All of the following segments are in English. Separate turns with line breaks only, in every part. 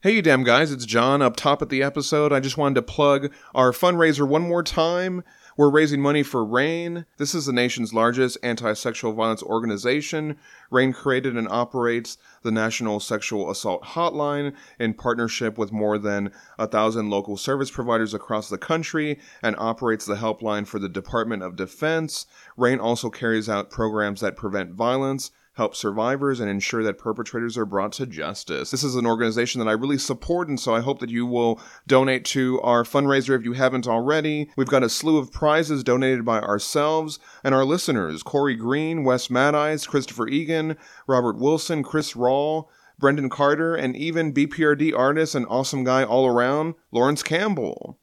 Hey, you damn guys, it's John up top at the episode. I just wanted to plug our fundraiser one more time. We're raising money for RAIN. This is the nation's largest anti sexual violence organization. RAIN created and operates the National Sexual Assault Hotline in partnership with more than a thousand local service providers across the country and operates the helpline for the Department of Defense. RAIN also carries out programs that prevent violence help survivors and ensure that perpetrators are brought to justice. This is an organization that I really support, and so I hope that you will donate to our fundraiser if you haven't already. We've got a slew of prizes donated by ourselves and our listeners Corey Green, Wes Madeyes, Christopher Egan, Robert Wilson, Chris Rawl. Brendan Carter, and even BPRD artist and awesome guy all around, Lawrence Campbell.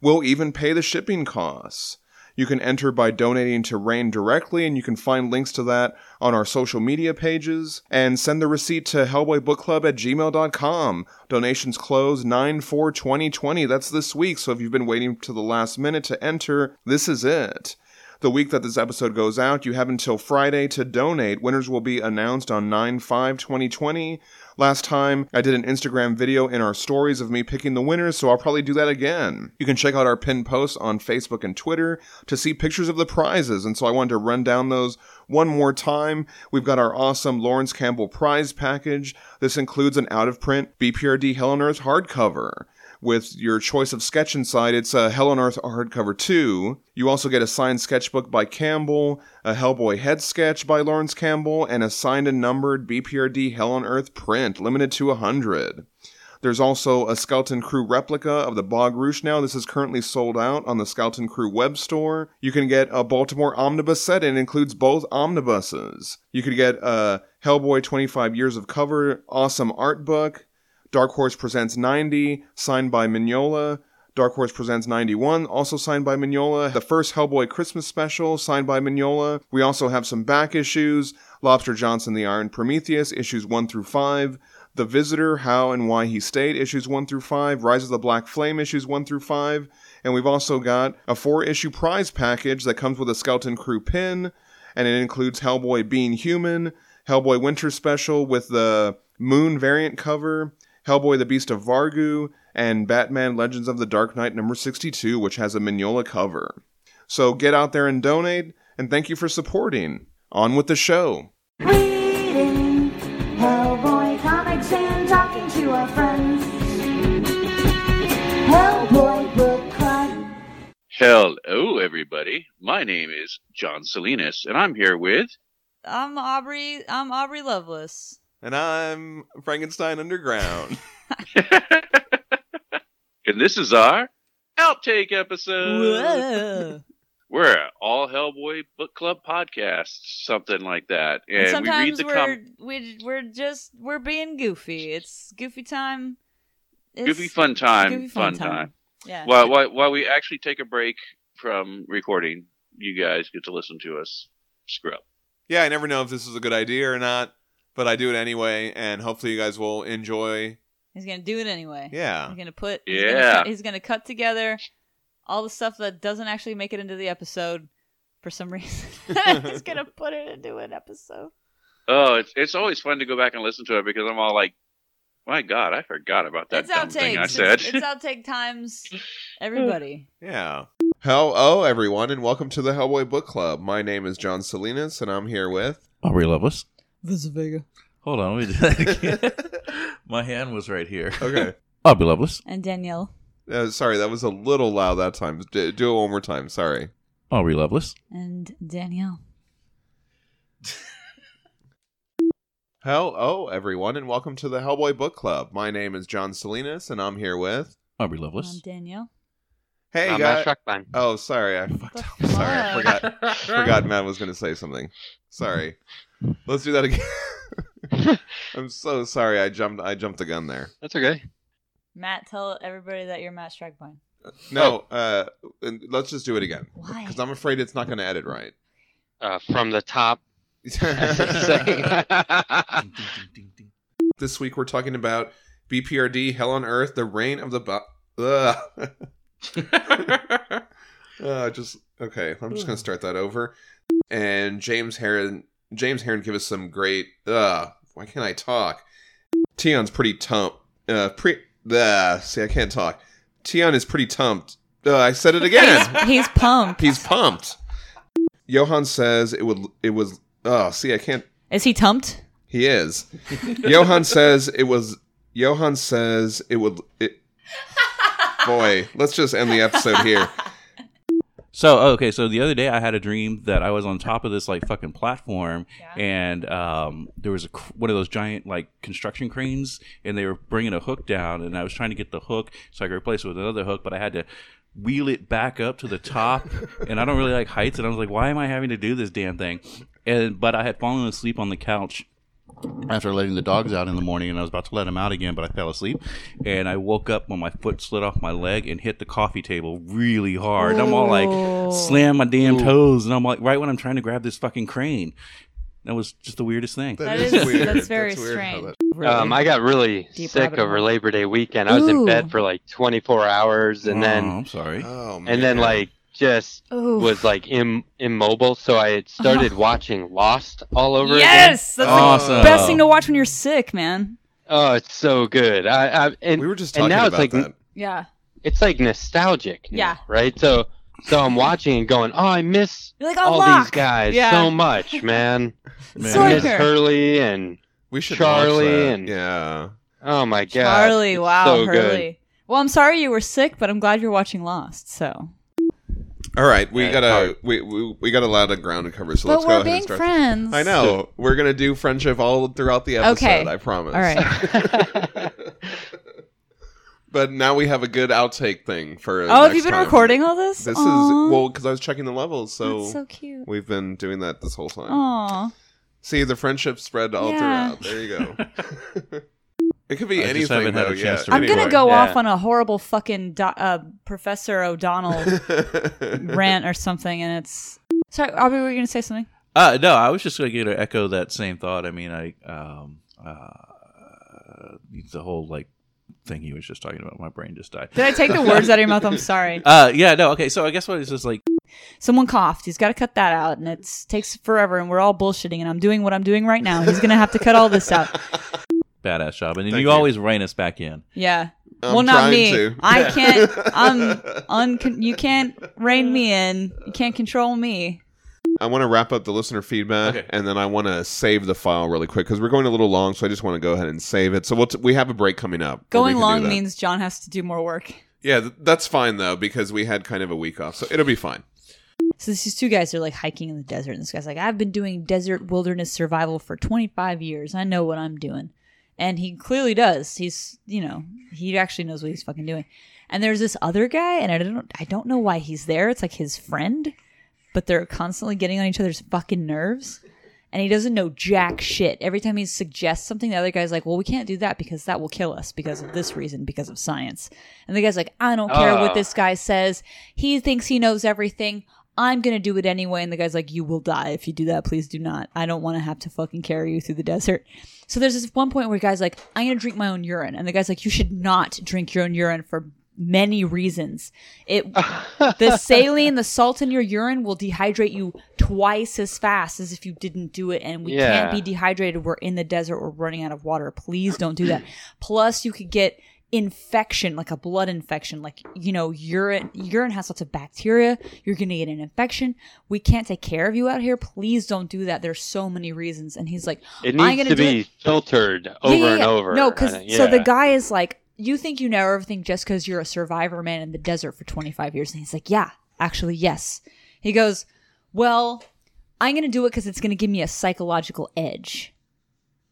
We'll even pay the shipping costs. You can enter by donating to RAIN directly, and you can find links to that on our social media pages. And send the receipt to hellboybookclub at gmail.com. Donations close 9 4 2020. That's this week, so if you've been waiting to the last minute to enter, this is it. The week that this episode goes out, you have until Friday to donate. Winners will be announced on 9 5 2020. Last time I did an Instagram video in our stories of me picking the winners, so I'll probably do that again. You can check out our pinned posts on Facebook and Twitter to see pictures of the prizes, and so I wanted to run down those one more time. We've got our awesome Lawrence Campbell prize package. This includes an out of print BPRD Hell on Earth hardcover with your choice of sketch inside. It's a Hell on Earth hardcover 2. You also get a signed sketchbook by Campbell, a Hellboy head sketch by Lawrence Campbell, and a signed and numbered BPRD Hell on Earth print, limited to 100. There's also a Skeleton Crew replica of the Bog Rouge now. This is currently sold out on the Skeleton Crew web store. You can get a Baltimore omnibus set, and it includes both omnibuses. You could get a Hellboy 25 Years of Cover awesome art book. Dark Horse Presents 90, signed by Mignola. Dark Horse Presents 91, also signed by Mignola. The first Hellboy Christmas special, signed by Mignola. We also have some back issues Lobster Johnson, The Iron Prometheus, issues 1 through 5. The Visitor, How and Why He Stayed, issues 1 through 5. Rise of the Black Flame, issues 1 through 5. And we've also got a four issue prize package that comes with a Skeleton Crew pin, and it includes Hellboy Being Human, Hellboy Winter Special with the Moon variant cover, Hellboy the Beast of Vargu, and Batman Legends of the Dark Knight number 62, which has a Mignola cover. So get out there and donate, and thank you for supporting. On with the show.
Reading Hellboy comics and talking to our friends. Hellboy Book Club.
Hello, everybody. My name is John Salinas, and I'm here with.
I'm Aubrey. I'm Aubrey Lovelace.
And I'm Frankenstein Underground.
and this is our outtake
Uh,
episode.
Whoa.
We're an all Hellboy book club podcast, something like that. And,
And
we read
sometimes
the
we're
com-
we we're just we're being goofy. It's goofy time. It's
goofy fun time.
goofy
fun time.
Yeah.
While, while, while we actually take a break from recording, you guys get to listen to us scrub.
yeah, I never know if this is a good idea or not, but I do it anyway, and hopefully you guys will enjoy.
He's gonna do it anyway.
Yeah.
He's gonna put. He's
Yeah.
Gonna cut, he's gonna cut together all the stuff that doesn't actually make it into the episode for some reason. he's gonna put it into an episode.
Oh, it's, it's always fun to go back and listen to it because I'm all like, my God, I forgot about that
it's
dumb
outtakes.
thing I
It's-
said.
it's outtake times. Everybody.
Yeah. Hello, everyone, and welcome to the Hellboy Book Club. My name is John Salinas, and I'm here with.
Aubrey Lovelace.
This is Vega.
Hold on, let me do that again. My hand was right here.
Okay.
Aubrey Lovelace.
And Danielle.
Uh, sorry, that was a little loud that time. D- do it one more time. Sorry.
Aubrey Lovelace.
And Danielle.
Hello, everyone, and welcome to the Hellboy Book Club. My name is John Salinas, and I'm here with.
Aubrey
I'm
Lovelace.
Danielle.
Hey,
I'm
guys.
Matt Schrockman.
Oh, sorry, I fucked
The
up. Sorry, I
fuck?
forgot. forgot Matt was going to say something. Sorry. Let's do that again. I'm so sorry. I jumped. I jumped the gun there.
That's okay.
Matt, tell everybody that you're Matt Strikebind.
No. Uh, and let's just do it again
Why?
because I'm afraid it's not going to edit right.
Uh, from the top. Um,
this week we're talking about BPRD Hell on Earth: The Reign of the. Bo- Ugh. Uh, just okay. I'm just gonna start that over. And James Heron, James Heron, give us some great. Uh, why can't I talk? Tion's pretty tump. Uh, pre. Uh, see, I can't talk. Tion is pretty tumped. Uh, I said it again.
He's pumped.
He's pumped. Johan says it would. It was. Oh, see, I can't.
Is he tumped?
He is. Johan says it was. Johan says it would. It, boy, let's just end the episode here.
So okay, so the other day I had a dream that I was on top of this like fucking platform,
Yeah.
and um, there was a cr- one of those giant like construction cranes, and they were bringing a hook down, and I was trying to get the hook so I could replace it with another hook, but I had to wheel it back up to the top, and I don't really like heights, and I was like, why am I having to do this damn thing? And but I had fallen asleep on the couch after letting the dogs out in the morning and I was about to let them out again, but I fell asleep. And I woke up when my foot slid off my leg and hit the coffee table really hard. I'm all like, slam my damn toes. And I'm like, right when I'm trying to grab this fucking crane. That was just the weirdest thing.
That is- that's very strange. Really?
Um, I got really
Deep
sick
rabbit
over
hole.
Labor Day weekend. I was
Ooh.
in bed for like 24 hours, and
Oh,
then
I'm sorry.
Oh, man.
and then like just
Ooh.
was like Im- immobile. So I had started watching Lost all over again.
yes, that's
Awesome.
Oh.
the best thing to watch when you're sick, man.
Oh, it's so good. I, I and
we were just talking
and now
about
it's like
that.
Yeah,
it's like nostalgic. now,
Yeah.
Right. So so I'm watching and going, oh, I miss
you're like oh,
all
lock.
these guys
Yeah.
so much,
Man.
man. I miss
Sorker.
Hurley and
We should
Charlie
watch that.
and-
yeah.
oh my god,
Charlie,
it's
wow,
so
Hurley.
good.
Well, I'm sorry you were sick, but I'm glad you're watching Lost. So,
All right, we
Yeah,
gotta
sorry.
we, we we got a lot of ground to cover, so let's
but
go
we're
ahead
being
and start.
friends.
I know we're gonna do friendship all throughout the episode.
Okay.
I promise.
All right.
but now we have a good outtake thing for.
Oh, have
next
you been
time.
recording all this?
This
Aw,
is well because I was checking the levels, so,
that's so cute.
we've been doing that this whole time.
Aw,
See, the friendship spread all
Oh. Yeah.
throughout. There you go. it could be
I just
anything.
haven't had
though,
a chance
yeah.
I'm
Anyway,
gonna go
yeah.
off on a horrible fucking do- uh, Professor O'Donnell
gonna
rant or something, and it's sorry. Aubrey, were you gonna say something?
Uh, no, I was just going to echo that same thought. I mean, I um, uh, the whole like thing he was just talking about. My brain just died.
Did I take the words out of your mouth? I'm sorry.
Uh, yeah, no, okay. So I guess what is this like?
Someone coughed. He's got to cut that out, and it takes forever. And we're all bullshitting, and I'm doing what I'm doing right now. He's gonna have to cut all this out.
Badass job, and then
Thank
you,
you.
always rein us back in.
Yeah.
I'm
well, not
trying
me.
to.
I can't. um, I'm un. You can't rein me in. You can't control me.
I want to wrap up the listener feedback,
Okay.
and then I want to save the file really quick because we're going a little long. So I just want to go ahead and save it. So we'll t- we have a break coming up. where we
Going
can do
long
that.
means John has to do more work.
yeah, th- that's fine though because we had kind of a week off, so it'll be fine.
So these two guys are like hiking in the desert, and this guy's like, "I've been doing desert wilderness survival for 25 years. I know what I'm doing," and he clearly does. He's, you know, he actually knows what he's fucking doing. And there's this other guy, and I don't, I don't know why he's there. It's like his friend, but they're constantly getting on each other's fucking nerves. And he doesn't know jack shit. Every time he suggests something, the other guy's like, "Well, we can't do that because that will kill us because of this reason, because of science." And the guy's like, "I don't care what
Oh.
this guy says. He thinks he knows everything. I'm going to do it anyway. And the guy's like, You will die if you do that. Please do not. I don't want to have to fucking carry you through the desert. So there's this one point where the guy's like, I'm going to drink my own urine. And the guy's like, You should not drink your own urine for many reasons. It the saline, the salt in your urine will dehydrate you twice as fast as if you didn't do it. And we can't
Yeah.
be dehydrated. We're in the desert. We're running out of water. Please don't do that. Plus, you could get infection, like a blood infection. Like you know, urine urine has lots of bacteria. You're gonna get an infection. We can't take care of you out here. Please don't do that. There's so many reasons. And he's like,
It
I'm
needs
gonna
to
do
be
it.
filtered over
Yeah, yeah,
and
yeah.
over.
No, because
Uh,
so the
yeah.
guy is like, you think you know everything just because you're a survivor man in the desert for 25 years, and he's like, yeah, actually, yes. He goes, well, I'm gonna do it because it's gonna give me a psychological edge.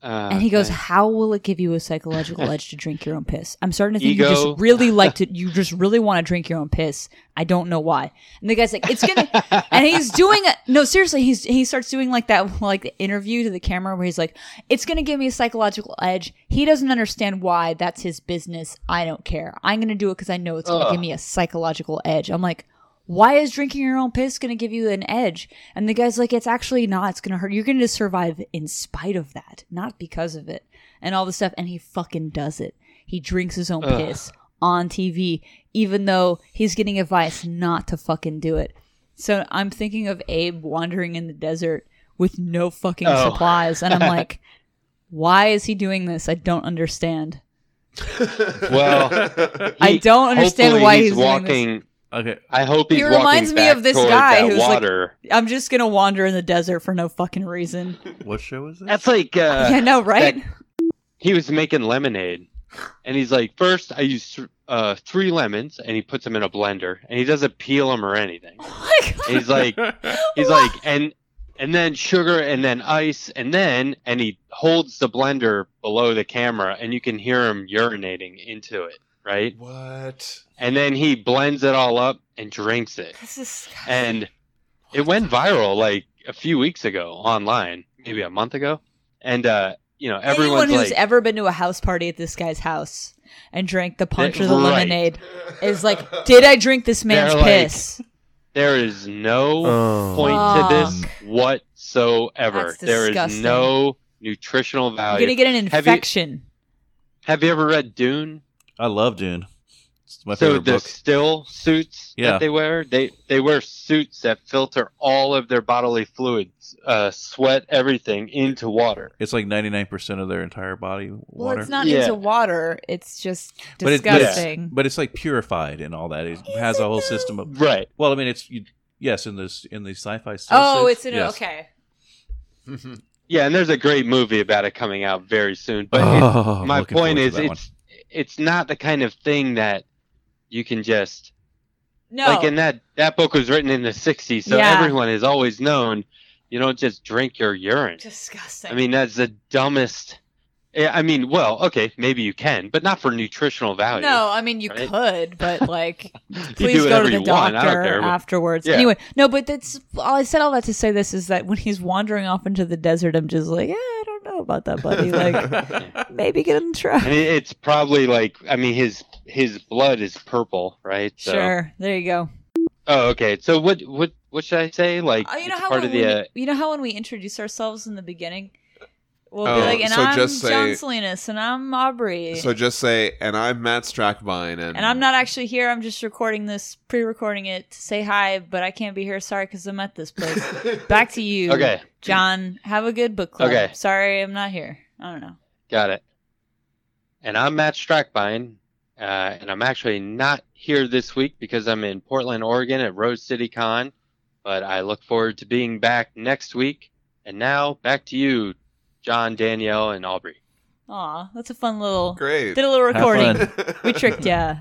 Uh,
And he goes,
okay.
"How will it give you a psychological edge to drink your own piss?" I'm starting to think you
Ego.
just really like to. You just really want to drink your own piss. I don't know why. And the guy's like, "It's gonna." and he's doing it. No, seriously, he's he starts doing like that, like the interview to the camera where he's like, "It's gonna give me a psychological edge." He doesn't understand why. That's his business. I don't care. I'm gonna do it because I know it's gonna give me a psychological edge. I'm like. Why is drinking your own piss going to give you an edge? And the guy's like, it's actually not. It's going to hurt. You're going to survive in spite of that, not because of it. And all this stuff. And he fucking does it. He drinks his own piss on TV, even though he's getting advice not to fucking do it. So I'm thinking of Abe wandering in the desert with no fucking
Oh.
supplies. And I'm like, why is he doing this? I don't understand.
Well,
I
he-
don't understand
hopefully
why
he's,
he's doing this.
walking.
Okay.
I hope
He
he's
reminds
walking
me
back
of this
toward
guy
that
who's like-
water.
I'm just gonna wander in the desert for no fucking reason.
What show is this?
That's like uh,
yeah, no, right?
he was making lemonade, and he's like, first I use th- uh, three lemons, and he puts them in a blender, and he doesn't peel them or anything.
Oh my
And
god.
he's like, he's like, and and then sugar, and then ice, and then and he holds the blender below the camera, and you can hear him urinating into it, right?
What?
And then he blends it all up and drinks it.
This is
and it went viral like a few weeks ago online, maybe a month ago. And uh, you know,
anyone
everyone's
who's
like,
ever been to a house party at this guy's house and drank the punch
Th-
or the
right.
lemonade is like, did I drink this man's
They're like,
piss?
there is no
Oh.
point to this whatsoever.
That's
There is
disgusting.
no nutritional
You're
value.
gonna get an
"Oh, Have you-
infection.
Have you ever read Dune?
I love Dune. It's my
so
favorite
the
book.
still suits
Yeah.
that they wear, they they wear suits that filter all of their bodily fluids, uh, sweat, everything into water.
It's like 99% of their entire body water.
Well, it's not
Yeah.
into water. It's just
But it- but it's-
disgusting.
But it's like purified and all that. It has a whole system of.
Right.
Well, I mean, it's. You, yes, in this in the sci-fi still
oh,
suits,
it's in
yes.
okay.
Yeah, and there's a great movie about it coming out very soon. But it's-
Oh,
my
looking forward
point
to
is
that one.
it's it's not the kind of thing that you can just
No,
like in that that book was written in the 60s so
Yeah.
everyone has always known you don't just drink your urine
disgusting.
i mean that's the dumbest Yeah, i mean well okay maybe you can but not for nutritional value
No, I mean you
oh, right?
could, but like,
do
please go
whatever
to the
you want, I don't
doctor
care, but-
afterwards.
Yeah.
Anyway, no, but that's all I said. All that to say this is that when he's wandering off into the desert, I'm just like, yeah, I don't know about that, buddy. Like, maybe give him a try.
and it, it's probably like i mean his his blood is purple right so
Sure, there you go.
oh okay so what what what should i say like
Uh, you
it's
know how
part
when
of the uh,
we, you know how when we introduce ourselves in the beginning, we'll
Oh,
be like, and
so
I'm
just say-
John Salinas, and I'm Aubrey,
So just say, and I'm Matt Strackbine, and,
and I'm not actually here. I'm just recording this, pre-recording it to say hi, but I can't be here. Sorry, because I'm at this place. Back to you.
okay
John, have a good book club.
Okay.
Sorry, I'm not here. I don't know.
Got it. And I'm Matt Strackbine, uh, and I'm actually not here this week because I'm in Portland, Oregon at Rose City Con, but I look forward to being back next week. And now back to you, John, Danielle, and Aubrey.
Aw, that's a fun little.
Great.
Did a little
Have fun.
recording. we tricked ya.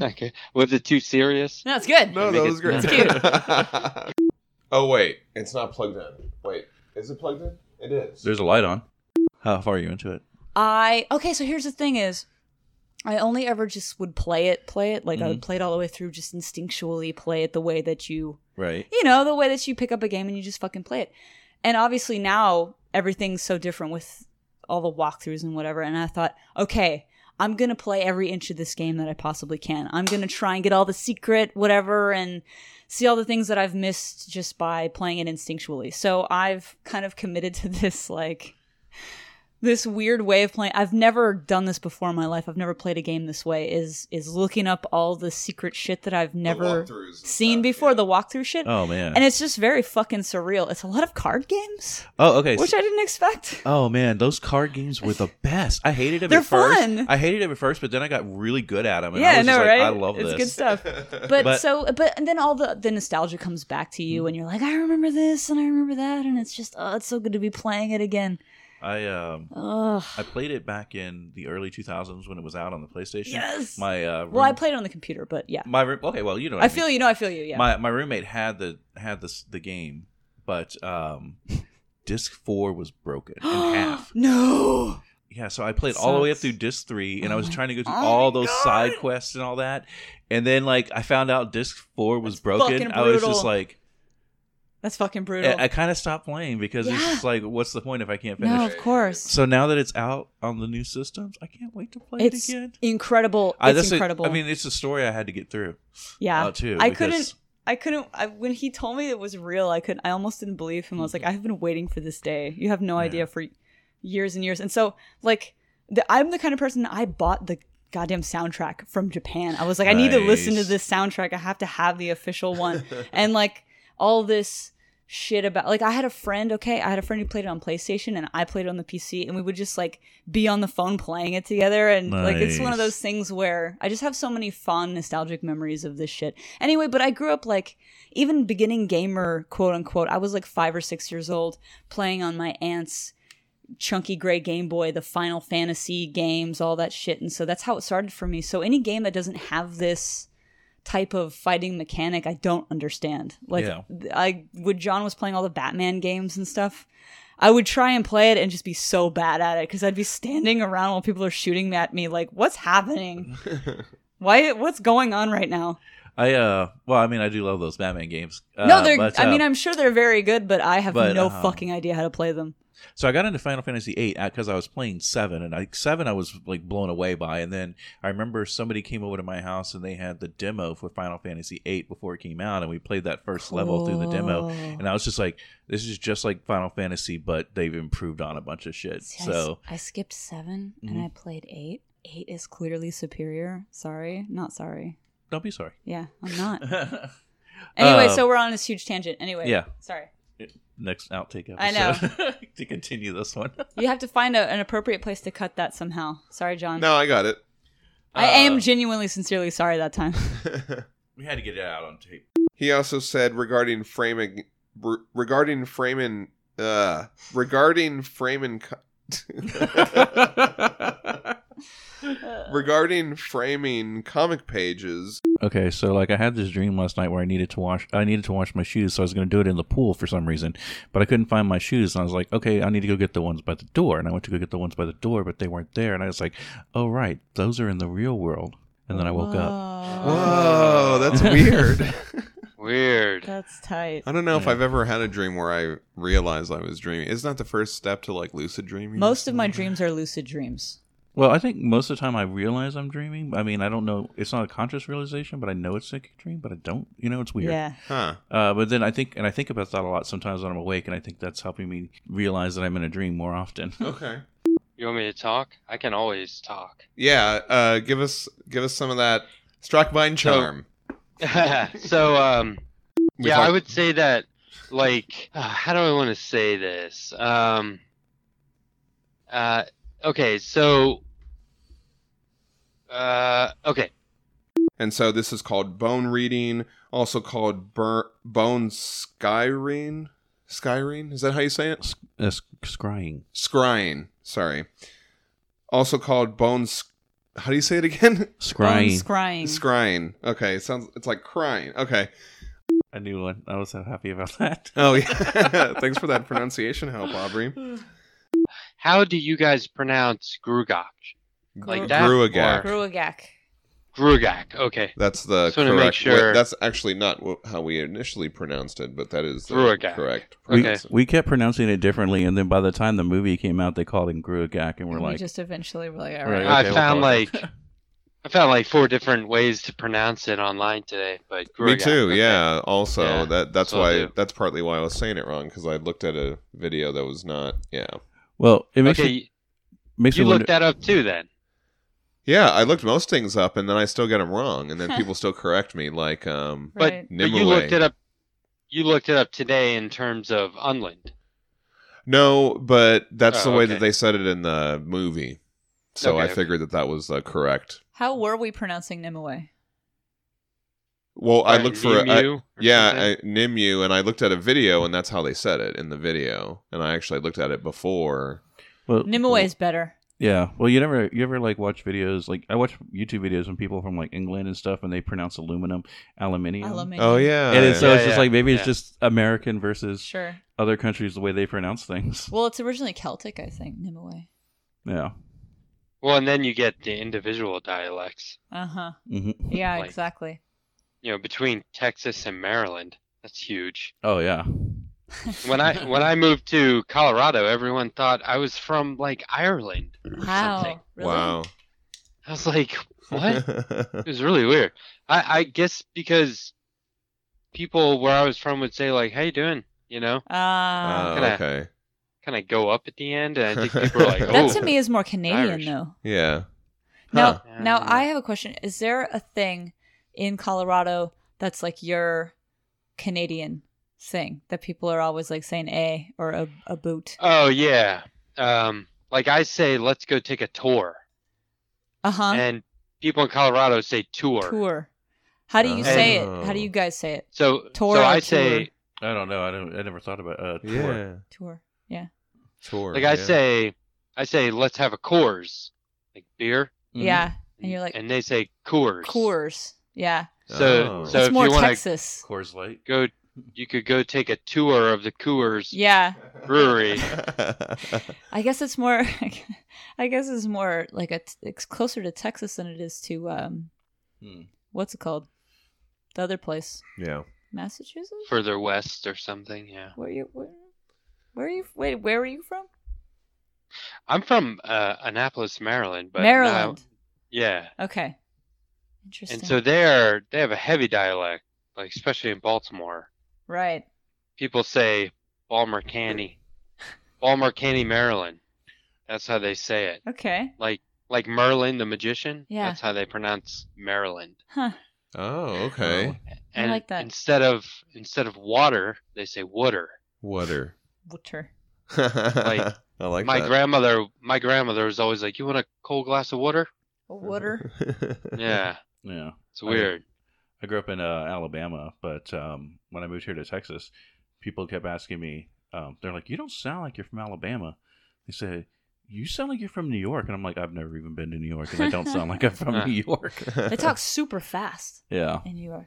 Okay. Was it too serious?
No, it's good.
No, that
Make it-
was great.
It's
oh wait, it's not plugged in. Wait, is it plugged in? It is.
There's a light on. How far are you into it?
I okay. So here's the thing: is I only ever just would play it, play it like I
Mm.
would play it all the way through, just instinctually play it the way that you
Right.
you know, the way that you pick up a game and you just fucking play it. And obviously now everything's so different with all the walkthroughs and whatever. And I thought, okay, I'm gonna play every inch of this game that I possibly can. I'm gonna try and get all the secret, whatever, and see all the things that I've missed just by playing it instinctually. So I've kind of committed to this like this weird way of playing I've never done this before in my life. I've never played a game this way is is looking up all the secret shit that I've never seen before, the walkthrough shit.
Oh man.
And it's just very fucking surreal. It's a lot of card games,
oh okay.
which I didn't expect.
Oh man, those card games were the best. I hated them
They're
at first.
fun.
I hated them at first, but then I got really good at them. And I
yeah,
was
no,
just like,
right?
I love
it's
this.
good stuff. But,
But- Mm.
so, but and then all the the nostalgia comes back to you, and you're like, I remember this, and I remember that, and it's just, oh, it's so good to be playing it again.
I um
Ugh.
I played it back in the early 2000s when it was out on the PlayStation.
Yes.
My uh, room,
Well, I played it on the computer, but yeah,
my room, okay. Well, you know, what
I
mean.
feel you. know, I feel you. Yeah.
My my roommate had the had this the game, but um, disc four was broken in half.
no.
Yeah, so I played all the way up
Sucks.
through disc three, and
Oh
I was
my-
trying to go through
Oh
all
my
those
God.
side quests and all that, and then like I found out disc four was
That's
broken.
fucking
I was
brutal.
just like,
That's fucking brutal.
I, I kind of stopped playing because it's
Yeah.
just like, what's the point if I can't finish?
no,
it?
of course.
So now that it's out on the new systems, I can't wait to play
It's
it again.
incredible.
I,
it's
that's a-
incredible.
I mean, it's a story I had to get through.
yeah.
uh, too,
I
because-
couldn't. I couldn't. I, when he told me it was real, I couldn't. I almost didn't believe him. I was like, I've been waiting for this day. You have no idea for years and years. And so, like, the, I'm the kind of person I bought the goddamn soundtrack from Japan. I was like, I need to listen to
Nice.
this soundtrack. I have to have the official one. and like all this shit about like I had a friend, okay, I had a friend who played it on PlayStation and I played it on the PC and we would just like be on the phone playing it together and like it's one of
Nice.
those things where I just have so many fond nostalgic memories of this shit. Anyway, but I grew up like even beginning gamer quote unquote, I was like 5 or 6 years old playing on my aunt's chunky gray Game Boy, the Final Fantasy games, all that shit. And so that's how it started for me. So any game that doesn't have this type of fighting mechanic, I don't understand. Like
Yeah.
I when John was playing all the Batman games and stuff, I would try and play it and just be so bad at it because I'd be standing around while people are shooting at me like, what's happening? Why what's going on right now?
I uh, well, I mean, I do love those Batman games. Uh,
no, they're
but,
I mean
uh,
I'm sure they're very good, but I have
but,
no
um,
fucking idea how to play them.
So I got into Final Fantasy VIII because I was playing seven, and I seven I was like blown away by. And then I remember somebody came over to my house and they had the demo for Final Fantasy VIII before it came out, and we played that first level through the demo.
Cool.
And I was just like, this is just like Final Fantasy, but they've improved on a bunch of shit.
See, I s-
so
I, skipped 7 and
Mhm.
I played eight. Eight is clearly superior. Sorry, not sorry.
don't be sorry.
Yeah, I'm not. Anyway,
Uh,
so we're on this huge tangent. Anyway,
yeah.
sorry.
Next outtake episode
I know.
to continue this one.
You have to find a, an appropriate place to cut that somehow. Sorry, John.
No, I got it.
I
Uh,
am genuinely, sincerely sorry that time.
We had to get it out on tape.
He also said regarding framing, re- regarding framing, uh, regarding framing, co- regarding framing comic pages.
Okay, so like I had this dream last night where I needed to wash I needed to wash my shoes, so I was going to do it in the pool for some reason, but I couldn't find my shoes, and I was like, okay, I need to go get the ones by the door, and I went to go get the ones by the door, but they weren't there, and I was like, oh right, those are in the real world, and then I woke
Oh.
up.
Whoa, that's weird.
Weird.
That's tight.
I don't know if I've ever had a dream where I realized I was dreaming. Isn't that the first step to like lucid dreaming?
Most of my dreams are lucid dreams.
Well, I think most of the time I realize I'm dreaming. I mean, I don't know; it's not a conscious realization, but I know it's a dream, but I don't. You know, it's weird.
Yeah.
Huh.
Uh, but then I think, and I think about that a lot sometimes when I'm awake, and I think that's helping me realize that I'm in a dream more often.
Okay.
You want me to talk? I can always talk.
Yeah. Uh, give us give us some of that Strackbine charm.
so, um,
We
yeah,
talked-
I would say that, like, uh, how do I want to say this? Um, uh, okay, so, uh, okay,
And so this is called bone reading, also called bur- bone skyring. Skyring? Is that how you say it?
That's uh, scrying.
Scrying. Sorry. Also called bone. Sc- how do you say it again?
Scrying.
Bones crying.
Scrying. Okay. It sounds. It's like crying. Okay.
I knew one. I was so happy about that.
Oh yeah. Thanks for that pronunciation help, Aubrey.
how do you guys pronounce Grugach?
Gru-
Like that?
Gruagach.
or-
Gruagach.
Grugach, okay.
That's the
Just wanna
correct.
make
way-
sure.
That's actually not wh- how we initially pronounced it, but that is the
Gruagach.
correct.
We,
Okay.
we kept pronouncing it differently, and then by the time the movie came out, they called it Gruagach, and we're like,
just eventually were like, all
all right,
right.
okay,
I
we'll
found,
call it.
like, I found like four different ways to pronounce it online today, but Grugach.
Me too.
okay.
Yeah. Also,
Yeah,
that that's
so I
why
do.
that's partly why I was saying it wrong because I looked at a video that was not. Yeah.
well, it makes
Okay,
me,
you,
makes
you
me wonder.
looked that up too then.
Yeah, I looked most things up and then I still get them wrong, and then people still correct me. Like, um,
But,
Right.
but you
Nimue.
looked it up. You looked it up today in terms of Unland.
no, but that's
Oh,
the way
okay.
that they said it in the movie. So
Okay,
I
okay.
figured that that was uh, correct.
How were we pronouncing Nimue?
Well, I
Or
looked for I-
Nimue or
Yeah,
something.
I, Nimu, and I looked at a video, and that's how they said it in the video. And I actually looked at it before.
well,
Nimue is better.
yeah. Well, you never you ever like watch videos like I watch YouTube videos from people from like England and stuff, and they pronounce aluminum aluminium.
Aluminium.
Oh yeah,
And it's, so
Yeah,
it's just
yeah,
like maybe it's
yeah.
just American versus
Sure.
other countries the way they pronounce things.
Well, it's originally Celtic, I think, Nimue.
Yeah.
Well, and then you get the individual dialects.
Uh huh.
hmm
Yeah,
Like-
exactly.
You know, between Texas and Maryland, that's huge.
Oh yeah.
When I when I moved to Colorado, everyone thought I was from like Ireland.
Wow. Really?
wow. Uh,
I was like, what? It was really weird. I I guess because people where I was from would say like, "How you doing?" You know,
Oh,
Uh,
Kinda-
okay.
kind of go up at the end, and I think people were like, "Oh."
that to me is more Canadian,
Irish.
though.
Yeah.
Now,
Huh.
now
Yeah.
I have a question. Is there a thing in Colorado that's like you're Canadian thing that people are always like saying a or a, a boot.
Oh yeah. Um, like I say, let's go take a tour,
Uh huh.
and people in Colorado say tour.
Tour. How do you
Eh.
say it?
Oh.
How do you guys say it?
So
Tour
so
or
I
tour?
say
I don't know. I don't. I never thought about uh, tour.
Tour. Yeah.
Tour.
like I
yeah.
say I say let's have a Coors, like beer,
Mhm.
Yeah. And you're like
and they say Coors.
Coors. Yeah.
So
Oh.
so
That's
if
more
you want to
Texas.
Coors Light.
go, you could go take a tour of the Coors
Yeah.
brewery.
I guess it's more. I guess it's more like a. It's closer to Texas than it is to um,
Hmm.
what's it called? The other place,
yeah.
Massachusetts.
further west or something. Yeah,
Where you? Where, where are you? Wait, where were you from?
I'm from uh, Annapolis, Maryland, but uh, now-
Maryland.
yeah,
Okay. Interesting.
and so there they have a heavy dialect, like especially in Baltimore.
right.
People say Balmer Canny, Balmer Canny, Maryland. That's how they say it.
Okay.
Like like Merlin the magician.
Yeah.
That's how they pronounce Maryland.
Huh.
Oh, okay.
I
And
like that.
instead of instead of water, they say water.
Water.
Water.
I like
my
that.
grandmother my grandmother was always like, You want a cold glass of water?
Water.
Yeah.
Yeah.
It's
I-
weird.
I grew up in uh, Alabama, but um, when I moved here to Texas, people kept asking me, um, they're like, you don't sound like you're from Alabama. They say, you sound like you're from New York. And I'm like, I've never even been to New York, and I don't sound like I'm from New York.
they talk super fast
Yeah.
in New York.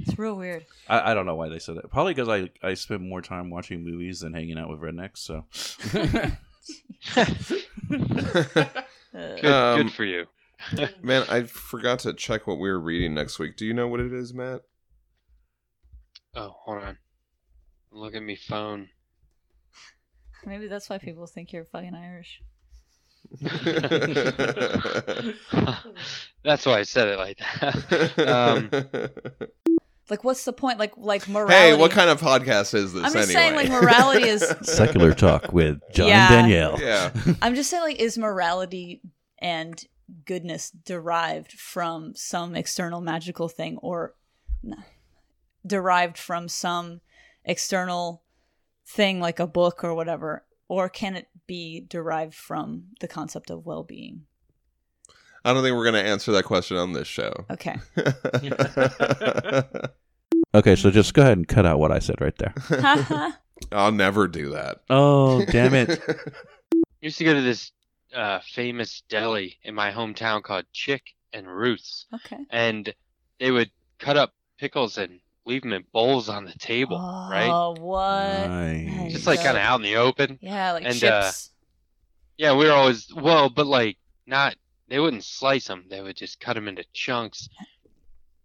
It's real weird.
I, I don't know why they said that. Probably because I, I spend more time watching movies than hanging out with rednecks. So,
Uh,
Good,
Um,
good for you.
Man, I forgot to check what we were reading next week. Do you know what it is, Matt?
Oh, hold on. Look at me phone.
maybe that's why people think you're fucking Irish.
That's why I said it like that. um,
Like, what's the point? Like, like morality.
hey, what kind of podcast is this
I'm just saying,
anyway?
like morality is.
secular talk with John
Yeah.
and Danielle.
yeah.
I'm just saying, like, is morality and goodness derived from some external magical thing, or no, derived from some external thing like a book or whatever, or can it be derived from the concept of well-being?
I don't think we're going to answer that question on this show.
Okay,
Okay, so just go ahead and cut out what I said right there.
I'll never do that.
Oh, damn it.
I used to go to this uh, famous deli in my hometown called Chick and Ruth's,
okay.
and they would cut up pickles and leave them in bowls on the table, right?
Oh, what?
Nice.
Just like kind of out in the open.
Yeah, like
And, uh,
chips.
Yeah, we were always well, but like not. They wouldn't slice them. They would just cut them into chunks.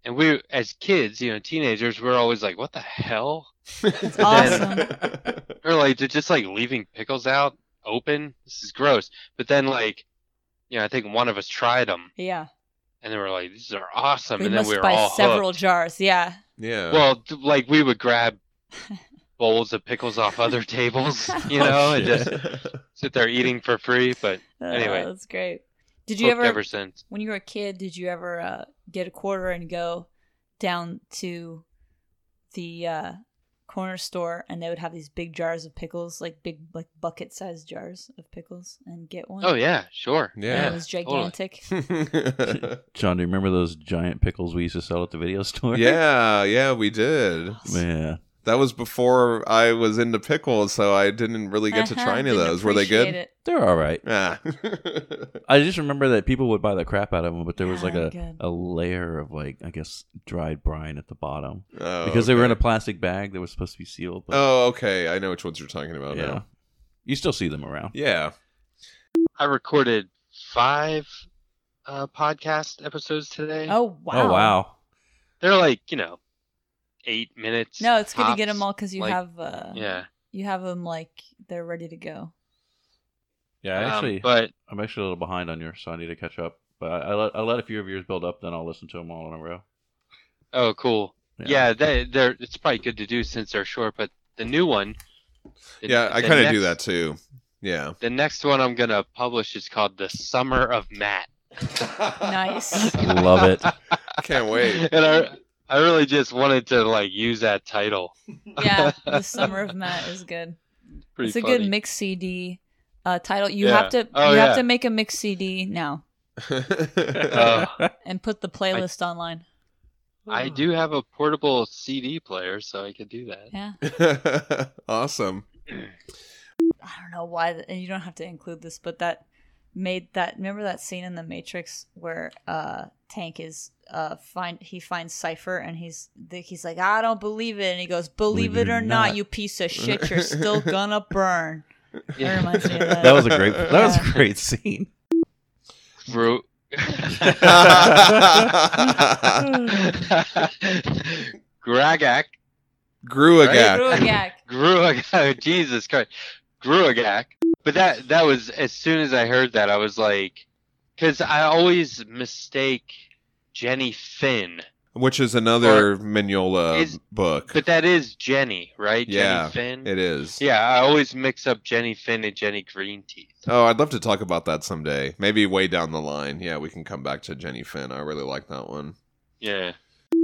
And we, as kids, you know, teenagers, we're always like, "What the hell?"
It's awesome.
Or like they're just like leaving pickles out open. This is gross. But then like, you know, I think one of us tried them,
yeah,
and they were like, "These are awesome."
we
and then
must
we were
buy
all
several
hooked.
jars. Yeah,
Yeah.
Well, d- like we would grab bowls of pickles off other tables, you
Oh,
know, and
shit.
just sit there eating for free. But Anyway.
Oh, that's great. Did you
hooked
ever,
ever since?
when you were a kid, did you ever uh, get a quarter and go down to the uh, corner store and they would have these big jars of pickles, like big, like bucket sized jars of pickles, and get one?
Oh yeah, sure.
And
Yeah.
it was
totally.
gigantic.
John, do you remember those giant pickles we used to sell at the video store?
yeah, yeah, we did.
Yeah.
That was before I was into pickles, so I didn't really get to
Uh-huh.
try any of
Didn't
those. Were they
appreciate
good?
it.
They're all right.
Ah.
I just remember that people would buy the crap out of them, but there was
Yeah,
like
they're
a,
good.
a layer of like I guess dried brine at the bottom
Oh,
because they were in a
okay.
plastic bag that was supposed to be sealed. But
Oh, okay. I know which ones you're talking about
yeah,
now.
you still see them around.
Yeah.
I recorded five uh, podcast episodes today.
Oh, wow.
Oh wow.
They're like, you know, eight minutes.
No, it's good to get
tops.
them all because you
like-
have uh,
Yeah.
you have them like they're ready to go.
Yeah, I
Um,
actually,
but
I'm actually a little behind on yours, so I need to catch up. But I, I let I let a few of yours build up, then I'll listen to them all in a row.
oh, cool. Yeah, they, they're. It's probably good to do since they're short. But the new one. the-
Yeah, I
the
kind of do
next-
that too. Yeah.
The next one I'm gonna publish is called "The Summer of Matt."
Nice.
love it.
Can't wait.
and I, I really just wanted to like use that title.
yeah, the summer of Matt is good.
Pretty
it's a good
funny.
mix CD uh, title. You
Yeah.
have to
Oh,
you
yeah.
have to make a mix CD now
Uh,
and put the playlist online.
I do have a portable CD player, so I could do that.
Yeah,
Oh.
awesome.
I don't know why, th- and you don't have to include this, but that made that remember that scene in the Matrix where uh, Tank is uh find he finds Cipher and he's the, he's like I don't believe it, and he goes Believe it or not, you piece of shit, you're still gonna burn. That reminds me of that.
That was a great. That was a great scene.
Ru- Hmm. Gragak,
Gruagak.
Ruagak.
Gruagak, Jesus Christ, Gruagak. But that that was as soon as I heard that I was like, because I always mistake Jenny Finn,
Which is another Mignola
Is-
book.
but that is Jenny, right?
Yeah,
Jenny Finn.
It is.
Yeah, I always mix up Jenny Finn and Jenny Greenteeth.
Oh, I'd love to talk about that someday. Maybe way down the line. Yeah, we can come back to Jenny Finn. I really like that one.
Yeah.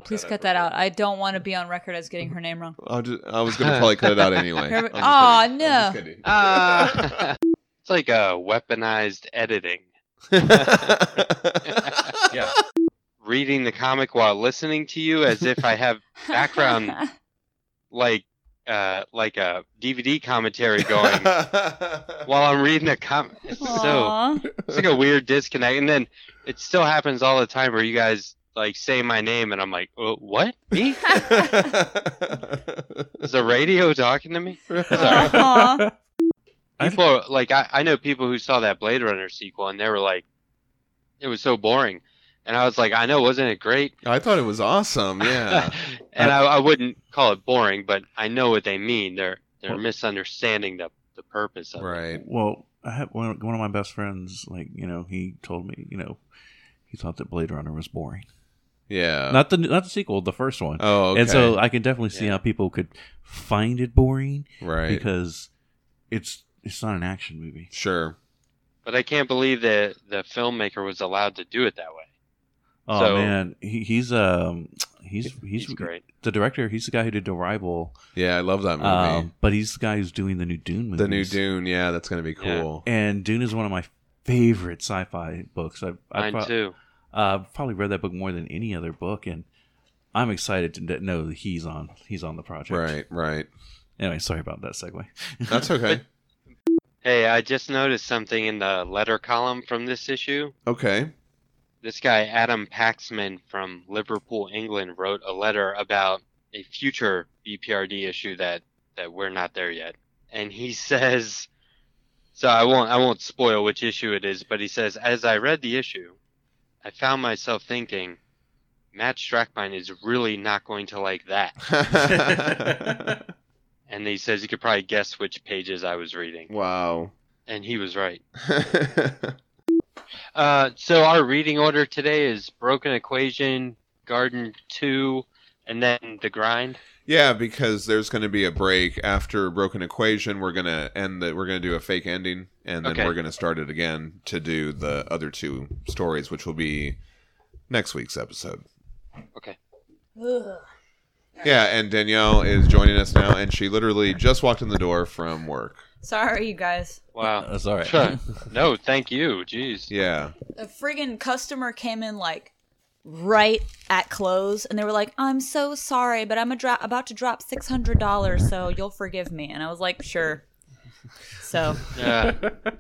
Please cut that out. I don't want to be on record as getting her name wrong.
I'll ju- I was going to probably cut it out anyway.
Perfect. Aw,
I'm just kidding. I'm just kidding.
Ah, it's like a weaponized editing. Ah.
yeah.
Reading the comic while listening to you as if I have background like uh like a DVD commentary going while I'm reading a comic. It's so
Aw.
it's like a weird disconnect and then it still happens all the time where you guys like say my name and I'm like, "Uh, "What? Me? Is the radio talking to me?" Sorry.
Aw.
I-
People are- like I, I know people who saw that Blade Runner sequel and they were like, it was so boring, and I was like, I know, wasn't it great?
I thought it was awesome.
Uh,
Yeah.
and I, I wouldn't call it boring, but I know what they mean. They're they're
Well-
misunderstanding the the purpose of it.
right.
Well, I had one, one of my best friends. Like you know, he told me you know he thought that Blade Runner was boring.
Yeah.
Not the not the sequel, the first one.
oh, okay.
And so I can definitely see
Yeah.
how people could find it boring
right.
because it's it's not an action movie.
sure.
But I can't believe that the filmmaker was allowed to do it that way.
Oh
So-
man, he, he's um he's he's,
He's great.
the director. He's the guy who did Arrival,
Yeah, I love that movie.
um, but he's the guy who's doing the new Dune movie.
the new Dune. Yeah, that's going to be cool.
and Dune is one of my favorite sci-fi books. I, I
Mine
pro-
too.
uh, I've probably read that book more than any other book, and I'm excited to kn- know that he's on he's on the project.
Right, right.
Anyway, sorry about that segue.
That's okay.
Hey, I just noticed something in the letter column from this issue.
okay.
This guy Adam Paxman from Liverpool, England, wrote a letter about a future BPRD issue that that we're not there yet. And he says, so I won't I won't spoil which issue it is, but he says, as I read the issue, I found myself thinking, Matt Strackbine is really not going to like that. And he says you could probably guess which pages I was reading,
wow.
and he was right. Uh, so our reading order today is Broken Equation, Garden Two, and then The Grind.
yeah, because there's going to be a break after Broken Equation. We're going to end that. We're going to do a fake ending, and then
Okay.
we're going to start it again to do the other two stories, which will be next week's episode.
Ugh.
Yeah, and Danielle is joining us now, and she literally just walked in the door from work.
Sorry, you guys.
Wow.
That's Uh, all right.
Sure. no, thank you. Jeez.
Yeah.
a friggin' customer came in like right at close and they were like i'm so sorry but i'm a dro- about to drop $600 so you'll forgive me and i was like sure so
Yeah. Uh,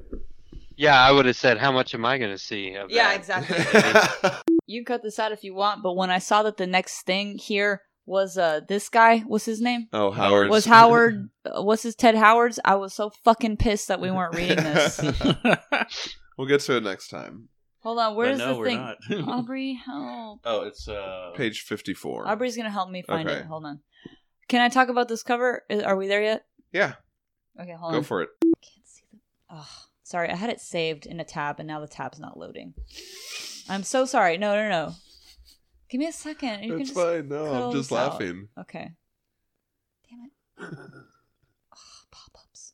yeah, I would have said, how much am I going to see? Of
yeah
that?
exactly you cut this out if you want but when i saw that the next thing here was uh this guy what's his name
oh, Howard.
was howard uh, what's his ted howard's i was so fucking pissed that we weren't reading this
we'll get to it next time.
hold on
But
where's
no,
the
we're
thing
not.
aubrey help
oh, it's uh.
Page 54.
Aubrey's gonna help me find
Okay.
it. Hold on. Can I talk about this cover? Is- Are we there yet?
Yeah,
Okay, hold
go
on.
for it.
Can't see the- Ugh, sorry, I had it saved in a tab, and now the tab's not loading. I'm so sorry. No, no, no. Give me a second. You can
It's
just.
fine.
cut
No,
all
I'm just
this out.
laughing.
Okay. Damn it. Ugh, pop-ups.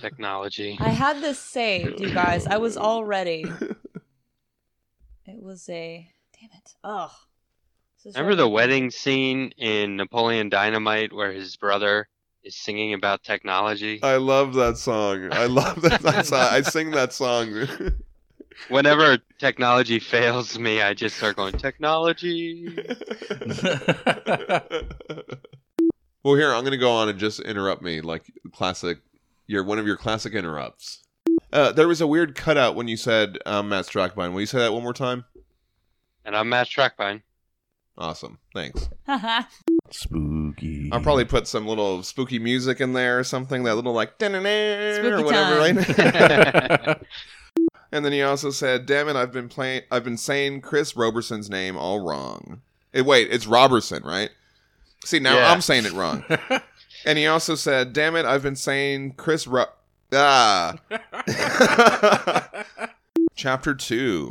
Technology.
I had this saved, you guys. I was all ready. It was a. Damn it. Ugh. This is
Remember
right-
the wedding scene in Napoleon Dynamite where his brother is singing about technology?
Uh,
I love that song. I love that, that song. I sing that song.
Whenever technology fails me, I just start going, technology.
well, here I'm going to go on and just interrupt me, like classic. You're one of your classic interrupts. Uh, there was a weird cutout when you said um, Matt Strackbine. Will you say that one more time?
And I'm Matt Strackbine.
Awesome, thanks.
Ah,
Spooky.
I'll probably put some little spooky music in there or something. That little like spooky or
Spooky
whatever,
time.
right? and then he also said, "Damn it, I've been playing. I've been saying Chris Roberson's name all wrong. Eh, wait, it's Roberson, right? See, now
Yeah.
I'm saying it wrong." And he also said, "Damn it, I've been saying Chris Ro- ah." Chapter two.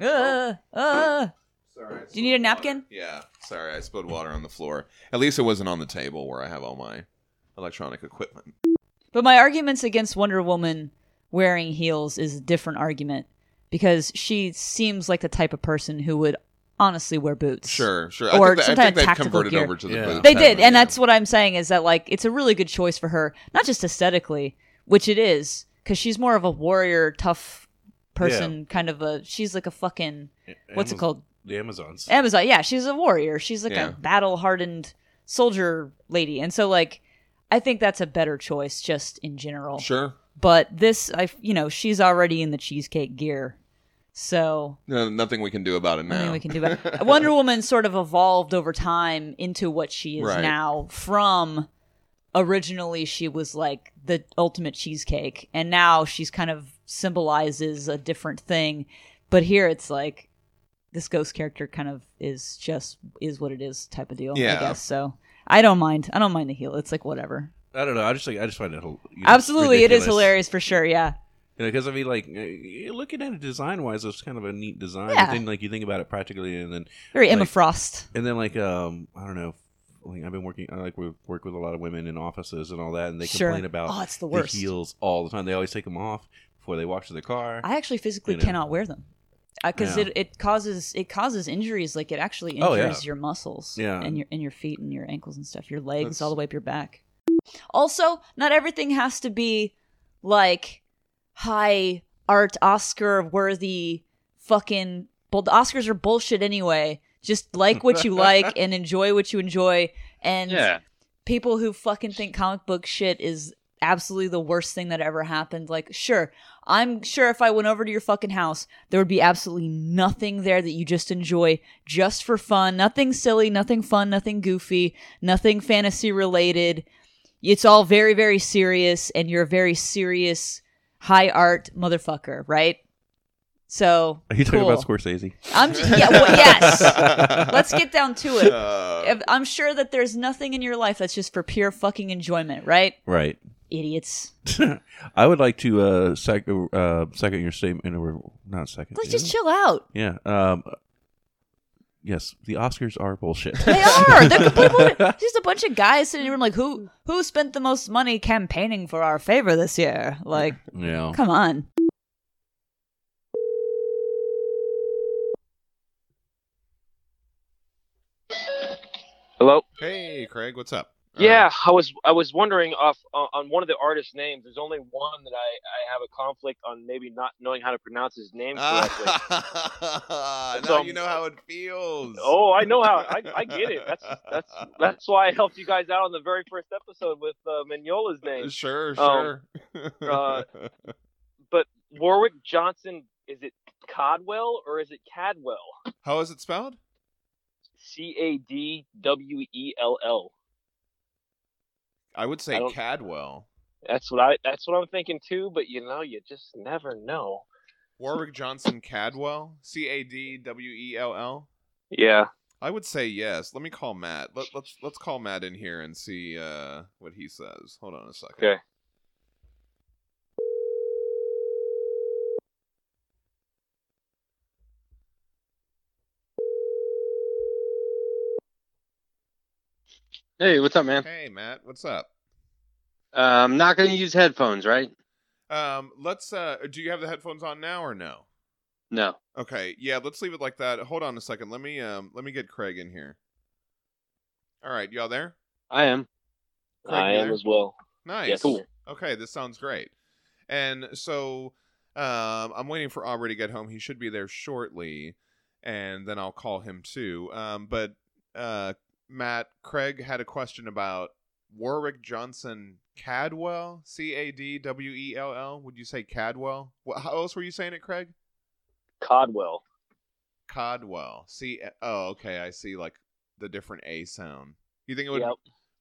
Uh, uh.
Sorry.
Do you need a napkin?
Yeah. Sorry, I spilled water on the floor. At least it wasn't on the table where I have all my electronic equipment.
But my arguments against Wonder Woman wearing heels is a different argument because she seems like the type of person who would honestly wear boots.
Sure, sure.
Or
I think, that, I
sometime
think they've
tactical
converted
gear.
over to the
Yeah.
boots,
They
haven't
did, and
Yeah.
that's what I'm saying is that like it's a really good choice for her, not just aesthetically, which it is, because she's more of a warrior, tough person, kind of a. She's like a fucking what's it called?
The Amazons.
Amazon. Yeah, she's a warrior. She's like
Yeah.
a battle hardened soldier lady, and so like I think that's a better choice just in general.
Sure.
But this, I you know, she's already in the cheesecake gear, so
No, nothing we can do about it now.
Nothing we can do about it. Wonder Woman sort of evolved over time into what she is
Right.
now from originally she was like the ultimate cheesecake and now she's kind of symbolizes a different thing but here it's like this ghost character kind of is just is what it is type of deal
Yeah.
i guess so i don't mind i don't mind the heel it's like whatever
I don't know. I just like. I just find it. hil- You know,
absolutely it is
ridiculous.
hilarious for sure yeah
You know, because I mean, like eh, looking at it design wise, it's kind of a neat design.
Yeah.
But then, like you think about it practically, and then
very emma
Like-
frost
and then like um, I don't know. Like I've been working. I like we work with a lot of women in offices and all that, and they
sure
complain about
oh it's the
the
worst
heels all the time. They always take them off before they walk to the car.
I actually physically
You know.
cannot wear them because
Yeah.
it, it causes it causes injuries. Like it actually injures
Oh, yeah.
your muscles,
Yeah.
and your and your feet and your ankles and stuff. Your legs
That's-
all the way up your back. Also, not everything has to be like high art Oscar worthy fucking. Well, the Oscars are bullshit anyway. Just like what you like and enjoy what you enjoy. And
yeah.
people who fucking think comic book shit is absolutely the worst thing that ever happened. Like, sure, I'm sure if I went over to your fucking house, there would be absolutely nothing there that you just enjoy just for fun. Nothing silly, nothing fun, nothing goofy, nothing fantasy related. It's all very, very serious, and you're a very serious, high art motherfucker, right? So
Are you talking
cool.
about Scorsese?
I'm just, yeah, well, yes. Let's get down to it.
Uh,
If- I'm sure that there's nothing in your life that's just for pure fucking enjoyment, right?
Right.
Idiots.
I would like to uh, sec- uh second your statement, or not second.
Let's just chill out.
Yeah. Um, yes, the Oscars are bullshit.
They are. They're complete bullshit. Just a bunch of guys sitting in a room like, who who spent the most money campaigning for our favor this year? Like,
yeah.
come on.
Hello.
Uh-huh. hey, Craig, what's up? Uh,
Yeah, I was I was wondering off on on one of the artist's names. There's only one that I I have a conflict on maybe not knowing how to pronounce his name correctly.
Ah, now
So-
you know how it feels.
oh, I know how. I, I get it. That's that's that's why I helped you guys out on the very first episode with uh, Mignola's name.
Sure, sure.
Um, uh, But Warwick Johnson is it Codwell or is it Cadwell?
how is it spelled?
C A D W E L L.
I would say
I don't-
Cadwell.
That's what I that's what I'm thinking too. But you know, you just never know.
Warwick Johnson Cadwell, C A D W E L L.
Yeah.
I would say yes. Let me call Matt. Let, let's let's call Matt in here and see uh, what he says. Hold on a second.
Okay.
Hey, what's up, man?
Hey, Matt, what's up?
Uh, I'm not going to use headphones, right?
Um, let's. Uh, do you have the headphones on now or no?
No.
Okay, yeah, let's leave it like that. Hold on a second. Let me um let me get Craig in here. All right, y'all there?
I am.
Craig,
I
you
am
there?
as well.
Nice.
Yeah, cool.
Okay, this sounds great. And so um I'm waiting for Aubrey to get home. He should be there shortly, and then I'll call him too. Um but uh Matt, Craig had a question about Warwick Johnson Cadwell, C A D W E L L. Would you say Cadwell? What, how else were you saying it, Craig?
Codwell.
Codwell. C. Oh, okay. I see. Like the different A sound. You think it would?
Yep.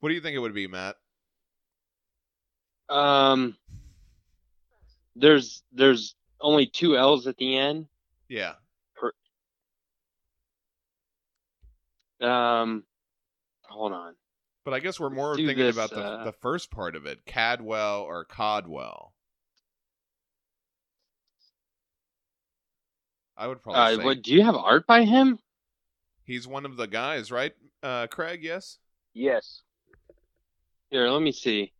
What do you think it would be, Matt?
Um, there's there's only two L's at the end.
Yeah.
Um, hold on.
But I guess we're more
Do
thinking
this,
about the,
uh,
the first part of it, Cadwell or Codwell. I would probably
Uh,
say
what do you have art by him?
he's one of the guys, right? Uh, Craig, yes.
Yes.
Here, let me see.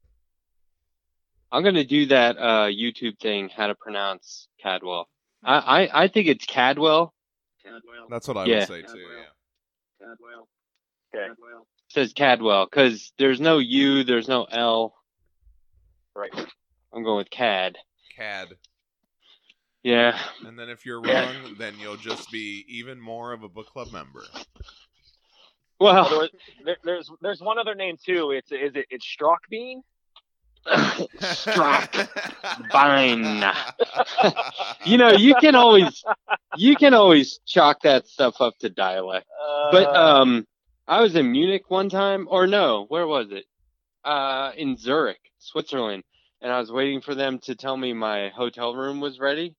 I'm gonna do that uh, YouTube thing. How to pronounce Cadwell? I I, I think it's Cadwell.
Codwell.
That's what I
Yeah.
would say too.
Cadwell.
Yeah.
Codwell. Okay.
It says Cadwell because there's no U, there's no L.
Right.
I'm going with Cad.
Cad.
Yeah.
And then if you're
Yeah.
wrong, then you'll just be even more of a book club member.
Well, there
Well,
was- there, there's there's one other name too. It's is it it's Strockbean?
Strachbein. you know, you can always you can always chalk that stuff up to dialect.
Uh,
But um, I was in Munich one time, or no, where was it? Uh, in Zurich, Switzerland, and I was waiting for them to tell me my hotel room was ready,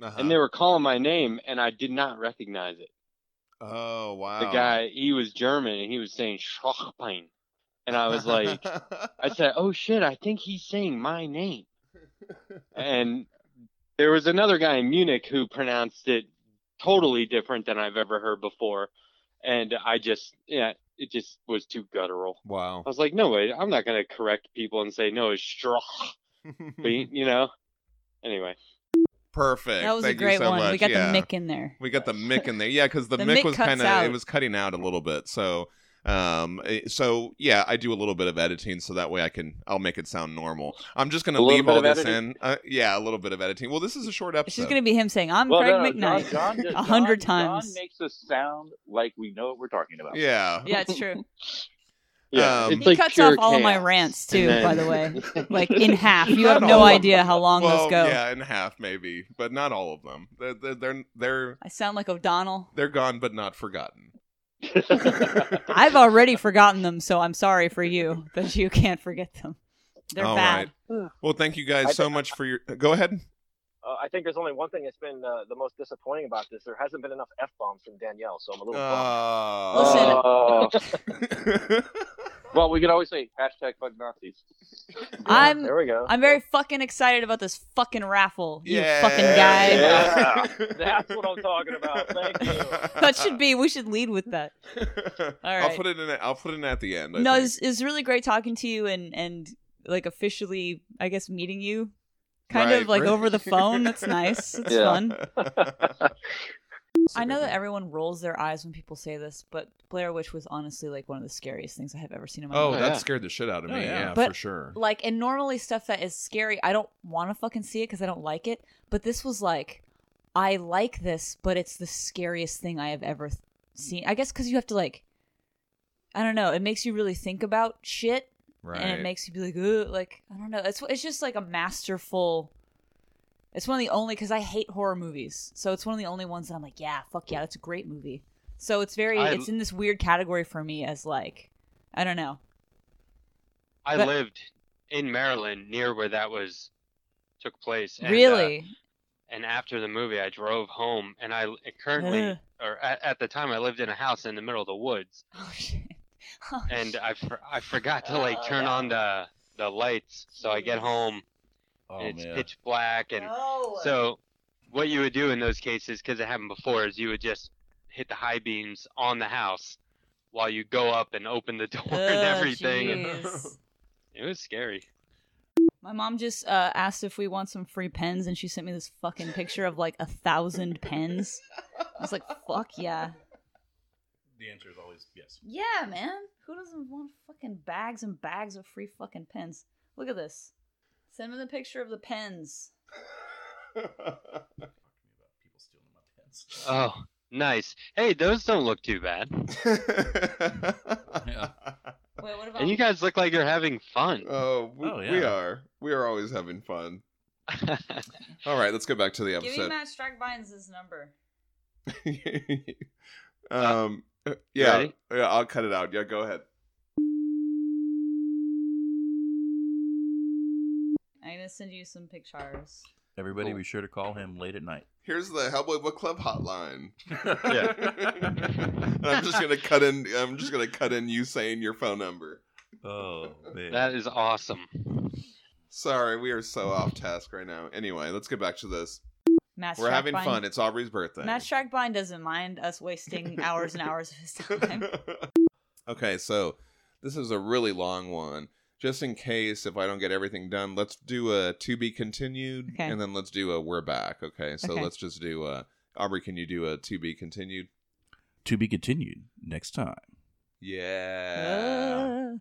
Uh-huh.
and they were calling my name, and I did not recognize it.
oh wow.
The guy, he was German, and he was saying Schachbein, and I was like, I said, "Oh shit, I think he's saying my name." and there was another guy in Munich who pronounced it totally different than I've ever heard before, and I just yeah, it just was too guttural.
wow.
I was like, "No way, I'm not gonna correct people and say no, it's straw," but you know. Anyway,
Perfect.
That was
Thank
a great
you so
one.
Much.
we got
yeah.
the mick in there.
We got the mic in there. Yeah, because the,
The
mic
mic
was
cuts
kind of
out.
it was cutting out a little bit. So, um, eh, so yeah, I do a little bit of editing so that way I can I'll make it sound normal. I'm just gonna
A little
leave
bit
all
of
this
editing?
in. Uh, yeah, a little bit of editing. Well, this is a short
It's
episode.
just gonna be him saying, "I'm
Well,
Craig
no, no,
McKnight."
John, John,
A hundred
John-
times.
John makes us sound like we know what we're talking about.
yeah.
yeah, it's true.
yeah,
Um,
it's
he
like
cuts
pure
off all of my
chaos.
rants too,
And
by the
then-
way. Like in half. You have
Not
no
all of
idea how long
Well,
those go.
yeah, in half maybe, but not all of them. They're they're they're they're,
I sound like O'Donnell.
they're gone, but not forgotten.
I've already forgotten them, so I'm sorry for you that you can't forget them. They're
All
bad.
right. Well, thank you
I
guys so
think-
much for your. Go ahead.
uh, I think there's only one thing that's been uh, the most disappointing about this. There hasn't been enough f bombs from Danielle, so I'm a little. bummed.
Uh,
Oh.
Listen. Uh,
Listen.
well, we could always say hashtag fuck Nazis.
I'm
Uh, There we go.
I'm very fucking excited about this fucking raffle, you
Yeah.
fucking guy.
Yeah. That's what I'm talking about. Thank you.
That should be. We should lead with that.
I'll
right.
put it in. I'll put it in at the end. I
no,
think.
it's, it's really great talking to you and and like officially, I guess, meeting you, kind
Right,
of like
right.
over the phone. That's nice. It's
Yeah.
fun. I know that everyone rolls their eyes when people say this, but Blair Witch was honestly like one of the scariest things I have ever seen in my
Oh,
life.
that
yeah.
scared the shit out of me.
Oh,
yeah,
yeah.
But-
for sure.
Like, and normally stuff that is scary, I don't want to fucking see it because I don't like it. But this was like, I like this, but it's the scariest thing I have ever th- seen. I guess because you have to like, I don't know, it makes you really think about shit,
Right.
and it makes you be like, Ooh, like I don't know. It's it's just like a masterful. It's one of the only because I hate horror movies, so it's one of the only ones that I'm like, yeah, fuck yeah, that's a great movie. So it's very,
I-
it's in this weird category for me as like, I don't know.
I
But-
lived in Maryland near where that was took place. and, uh,
really,
and after the movie i drove home and i currently
Ugh.
or at, at the time i lived in a house in the middle of the woods
Oh shit. Oh,
and
shit.
i, for, I forgot to like
Oh,
turn
yeah.
on the the lights so i get home
Oh
and it's
man.
pitch black and
No.
so what you would do in those cases because it happened before is you would just hit the high beams on the house while you
Oh,
go up and open the door
Ugh,
and everything
jeez.
it was scary
My mom just uh, asked if we want some free pens, and she sent me this fucking picture of like a thousand pens. I was like, fuck yeah.
The answer is always yes.
Yeah, man. Who doesn't want fucking bags and bags of free fucking pens? Look at this. Send me the picture of the pens.
People stealing my pens.
Oh, nice. Hey, those don't look too bad.
Wait, what about
And you guys look like you're having fun.
Oh, we,
Oh, yeah.
we are. We are always having fun.
Uh,
All right, let's go back to the
Give me
episode.
Matt Strachbein's number.
um, yeah,
ready?
yeah, I'll cut it out. Yeah, go ahead.
I'm gonna send you some pictures.
Everybody,
Cool.
be sure to call him late at night.
Here's the Hellboy Book Club hotline.
yeah.
And I'm just gonna cut in. I'm just gonna cut in you saying your phone number.
Oh man.
That is awesome.
Sorry, we are so off task right now. Anyway, let's get back to this.
Matt
We're having
Strachbein-
fun. It's Aubrey's birthday.
Matt Strachbein doesn't mind us wasting hours and hours of his time.
okay, so this is a really long one. Just in case if I don't get everything done, let's do a to be continued
Okay.
and then let's do a we're back. Okay. So
Okay.
let's just do a Aubrey, can you do a to be continued?
To be continued next time.
Yeah.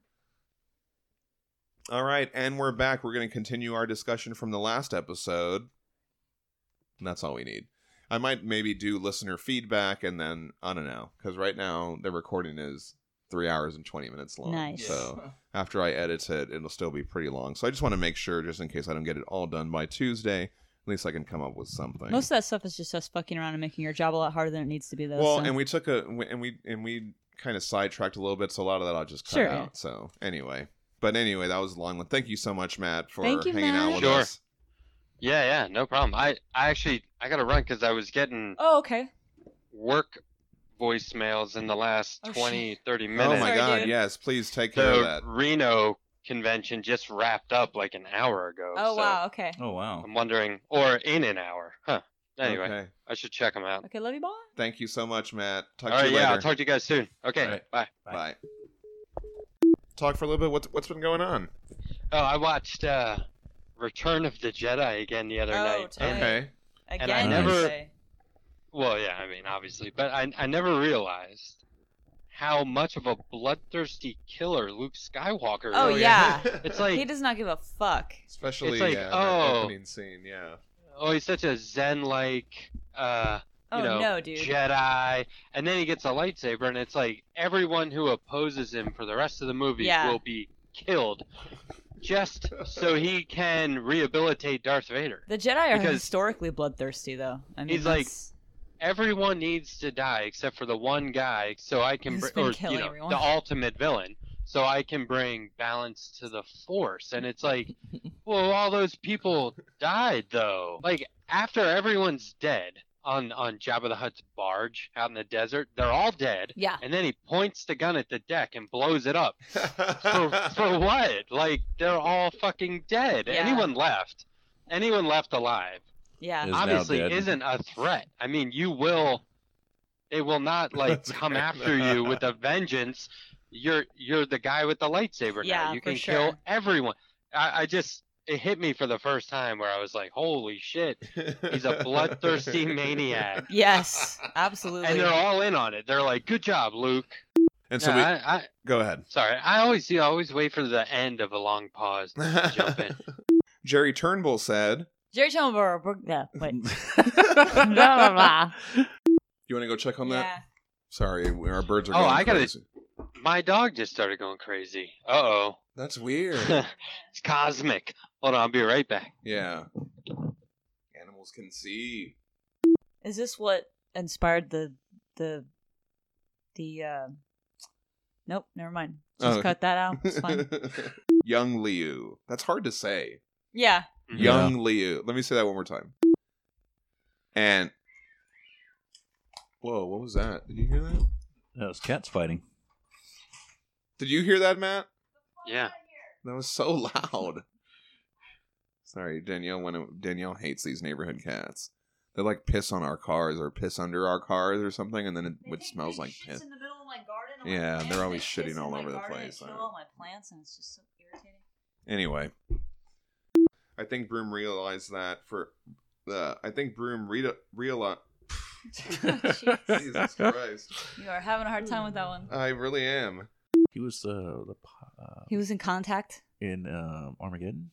All right, and we're back. We're going to continue our discussion from the last episode. And that's all we need. I might maybe do listener feedback and then I don't know cuz right now the recording is 3 hours and 20 minutes long.
Nice.
So after I edit it, it'll still be pretty long. So I just want to make sure just in case I don't get it all done by Tuesday, at least I can come up with something.
Most of that stuff is just us fucking around and making your job a lot harder than it needs to be, though.
well,
so-
and we took a and we and we kind of sidetracked a little bit, so a lot of that I'll just cut
Sure.
out. So anyway, but anyway, that was a long one. Thank you so much, Matt, for
Thank you,
hanging out
Matt.
with
Sure.
us.
Yeah, yeah, no problem. I, I actually I gotta run because I was getting
oh, okay.
work voicemails in the last
Oh, shit.
20, 30
Oh
minutes.
my
Sorry,
God!
dude.
Yes, please take care of
the
that.
Reno convention just wrapped up like an hour ago.
Oh,
so
wow. Okay.
Oh wow.
I'm wondering, or in an hour, huh? Anyway,
Okay.
I should check them out.
Okay, love you, bye.
Thank you so much, Matt. Talk
All
to
right,
you
yeah, I'll
later.
talk to you guys soon. Okay,
All right.
bye.
Bye. Talk for a little bit. What's what's been going on?
Oh, I watched uh, Return of the Jedi again the other
Oh,
night.
Hey.
and-
Okay.
Again,
And I
never-
Jose.
Well, yeah, I mean, obviously, but I, I never realized how much of a bloodthirsty killer Luke Skywalker
Oh,
is.
yeah.
It's
he
like,
does not give a fuck.
Especially
like,
yeah,
oh.
that opening scene. Yeah.
oh, he's such a zen-like, uh, you
Oh
know,
no, dude.
Jedi, and then he gets a lightsaber, and it's like everyone who opposes him for the rest of the movie
Yeah.
will be killed, just so he can rehabilitate Darth Vader.
the Jedi are
because-
historically bloodthirsty, though. I mean,
He's like-
that's-
Everyone needs to die except for the one guy, so I can
Who's
bring,
been
or you
killing
know,
everyone.
the ultimate villain, so I can bring balance to the Force. And it's like, well, all those people died though. Like after everyone's dead on on Jabba the Hutt's barge out in the desert, they're all dead.
yeah.
and then he points the gun at the deck and blows it up. For, for what? Like they're all fucking dead.
Yeah.
Anyone left? Anyone left alive?
Yeah.
Is now
obviously
dead.
isn't a threat. I mean, you will. They will not like
That's
come
right.
after you with a vengeance. You're you're the guy with the lightsaber
Yeah,
now. You
for
can
sure.
kill everyone. I, I just it hit me for the first time where I was like, holy shit, he's a bloodthirsty maniac.
yes. Absolutely.
And they're all in on it. They're like, good job, Luke.
And so
Yeah,
we
I, I,
go ahead.
Sorry, I always you always wait for the end of a long pause to jump in.
Jerry Turnbull said.
Jerry Schoenberg. Yeah. Wait.
you
blah, blah, blah.
want to go check on that?
Yeah.
Sorry, our birds are
Oh,
going
I gotta-
crazy.
My dog just started going crazy. Uh
That's weird.
oh, it's cosmic. Hold on, I'll be right back.
yeah. Animals can see.
Is this what inspired the the the uh Nope, never mind. Just
Oh.
cut that out. It's fine.
Young Liu. That's hard to say.
yeah.
Young Liu. Let me say that one more time. And Whoa, what was that? Did you hear that?
That was cats fighting.
Did you hear that, Matt?
Yeah,
That was so loud. Sorry, Danielle went Danielle hates these neighborhood cats. They like piss on our cars or piss under our cars or something and then it, it smells like piss.
In the middle of my garden,
my Yeah, plants, they're always they piss shitting in all my over the garden, they place, kill I- all
all my plants, and it's just so irritating.
Anyway. I think Broom realized that for uh, I think Broom re- realized.
Oh,
Jesus Christ,
You are having a hard time with that one.
I really am.
He was uh, the pi- uh,
He was in contact.
in um, Armageddon.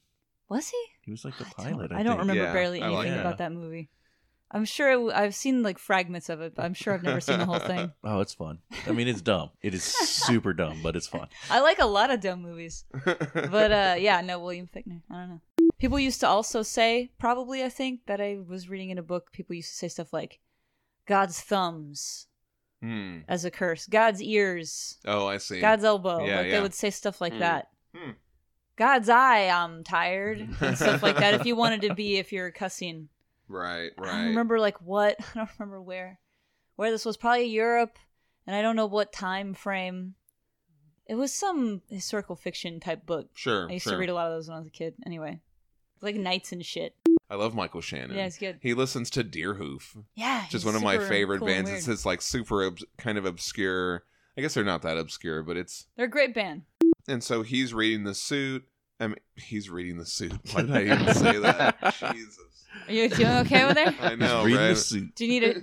Was he?
He was like the
I don't,
pilot. I,
I don't
think.
remember
Yeah,
barely
I like
anything
that.
about that movie. I'm sure it w- I've seen like fragments of it, but I'm sure I've never seen the whole thing.
Oh, it's fun. I mean, it's dumb. It is super dumb, but it's fun.
I like a lot of dumb movies, but uh, yeah, no William Fickner. I don't know. People used to also say, probably I think that I was reading in a book. People used to say stuff like "God's thumbs"
Hmm.
as a curse, "God's ears,"
Oh, I see.
"God's elbow."
Yeah,
like
yeah.
they would say stuff like
Hmm.
that.
Hmm.
God's eye, I'm tired, and stuff like that. If you wanted to be, if you're cussing,
right,
I don't
right.
remember like what I don't remember where where this was probably Europe and I don't know what time frame. It was some historical fiction type book.
Sure,
I used
sure.
to read a lot of those when I was a kid. Anyway, It's like knights and shit.
I love Michael Shannon.
Yeah, it's good.
He listens to Deerhoof,
Yeah,
which is
he's
one of my
super
favorite
cool and
bands. It's
weird.
it's like super obs- kind of obscure. I guess they're not that obscure, but it's
They're a great band.
and so he's reading the suit. I mean, he's reading the suit. Why did I even say that? Jesus,
Are you doing okay over there?
I know,
Reading
right?
the suit.
Do you need a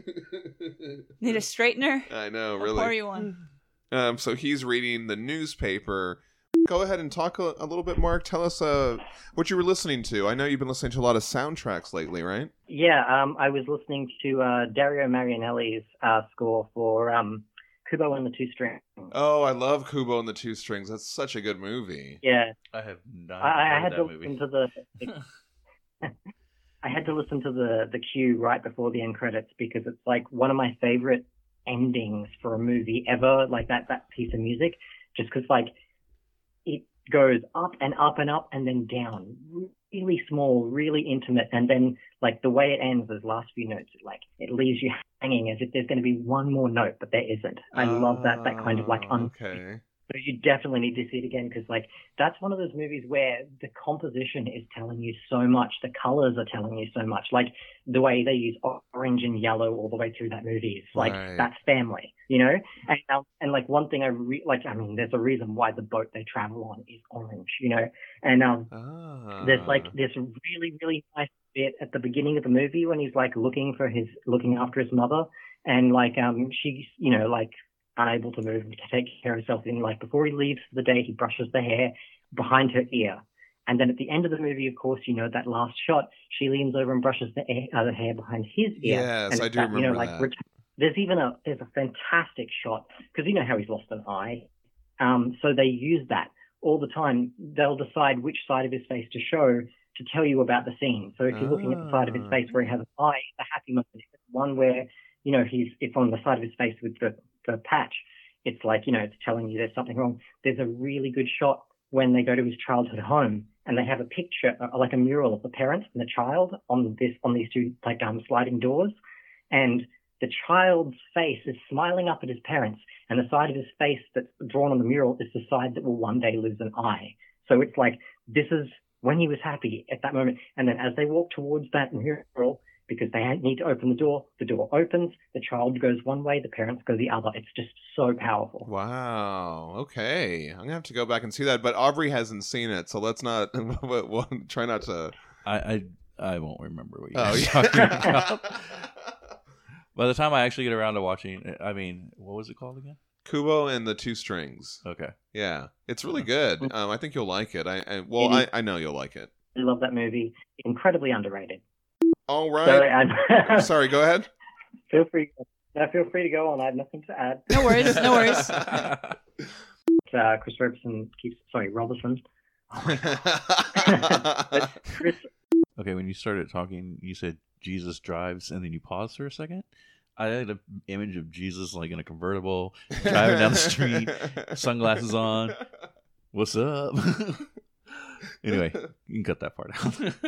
need a straightener?
I know,
I'll pour
Oh, really.
you one.
Um, so he's reading the newspaper. Go ahead and talk a, a little bit, Mark. Tell us uh, what you were listening to. I know you've been listening to a lot of soundtracks lately, right?
Yeah, um, I was listening to uh, Dario Marianelli's uh, score for um, Kubo and the Two Strings.
Oh, I love Kubo and the Two Strings. That's such a good movie.
Yeah,
I have not
I, I had
heard
to
that
listen
movie.
to the. I had to listen to the the cue right before the end credits because it's like one of my favorite endings for a movie ever. Like that that piece of music, just because like it goes up and up and up and then down, really small, really intimate, and then like the way it ends, those last few notes, it, like it leaves you hanging as if there's going to be one more note, but there isn't. I love that that kind of like
Oh,
un-
okay.
so you definitely need to see it again because, like, that's one of those movies where the composition is telling you so much, the colors are telling you so much. Like the way they use orange and yellow all the way through that movie is like
Right.
that's family, you know. And um, and like one thing I re- like, I mean, there's a reason why the boat they travel on is orange, you know. And um,
Ah.
there's like this really really nice bit at the beginning of the movie when he's like looking for his looking after his mother and like um she's you know like unable to move to take care of herself and like before he leaves for the day he brushes the hair behind her ear and then at the end of the movie of course you know that last shot she leans over and brushes the, air, uh, the hair behind his ear
Yes,
And
I
it's
do
you know,
remember
like,
that.
ret- there's even a there's a fantastic shot because you know how he's lost an eye um so they use that all the time, they'll decide which side of his face to show to tell you about the scene. So if you're looking at the side of his
Ah.
face where he has an eye, it's a happy moment. If it's one where, you know, he's it's on the side of his face with the, the patch, it's like, you know, it's telling you there's something wrong. There's a really good shot when they go to his childhood home and they have a picture, uh, like a mural of the parents and the child on this on these two like um, sliding doors, and the child's face is smiling up at his parents, and the side of his face that's drawn on the mural is the side that will one day lose an eye. So it's like this is when he was happy at that moment, and then as they walk towards that mural. Because they need to open the door, the door opens, the child goes one way, the parents go the other. It's just so powerful.
Wow. Okay. I'm gonna have to go back and see that, but Aubrey hasn't seen it, so let's not. we'll, we'll try not to.
I, I I won't remember what you
Oh,
were
yeah.
talking about. By the time I actually get around to watching, I mean, what was it called again?
Kubo and the Two Strings.
Okay,
Yeah, it's really good.
Mm.
Um, I think you'll like it. I, I well,
It
I,
is.
I know you'll like it.
I love that movie. Incredibly underrated.
All
So
right.
i
Sorry. Go ahead.
feel free. No, feel free to go on. I have nothing to add.
No worries, no worries.
Uh, Chris Robertson keeps. Sorry, Robertson. Chris.
okay. When you started talking, you said Jesus drives, and then you paused for a second. I had an image of Jesus like in a convertible, driving down the street, sunglasses on. What's up? anyway, you can cut that part out.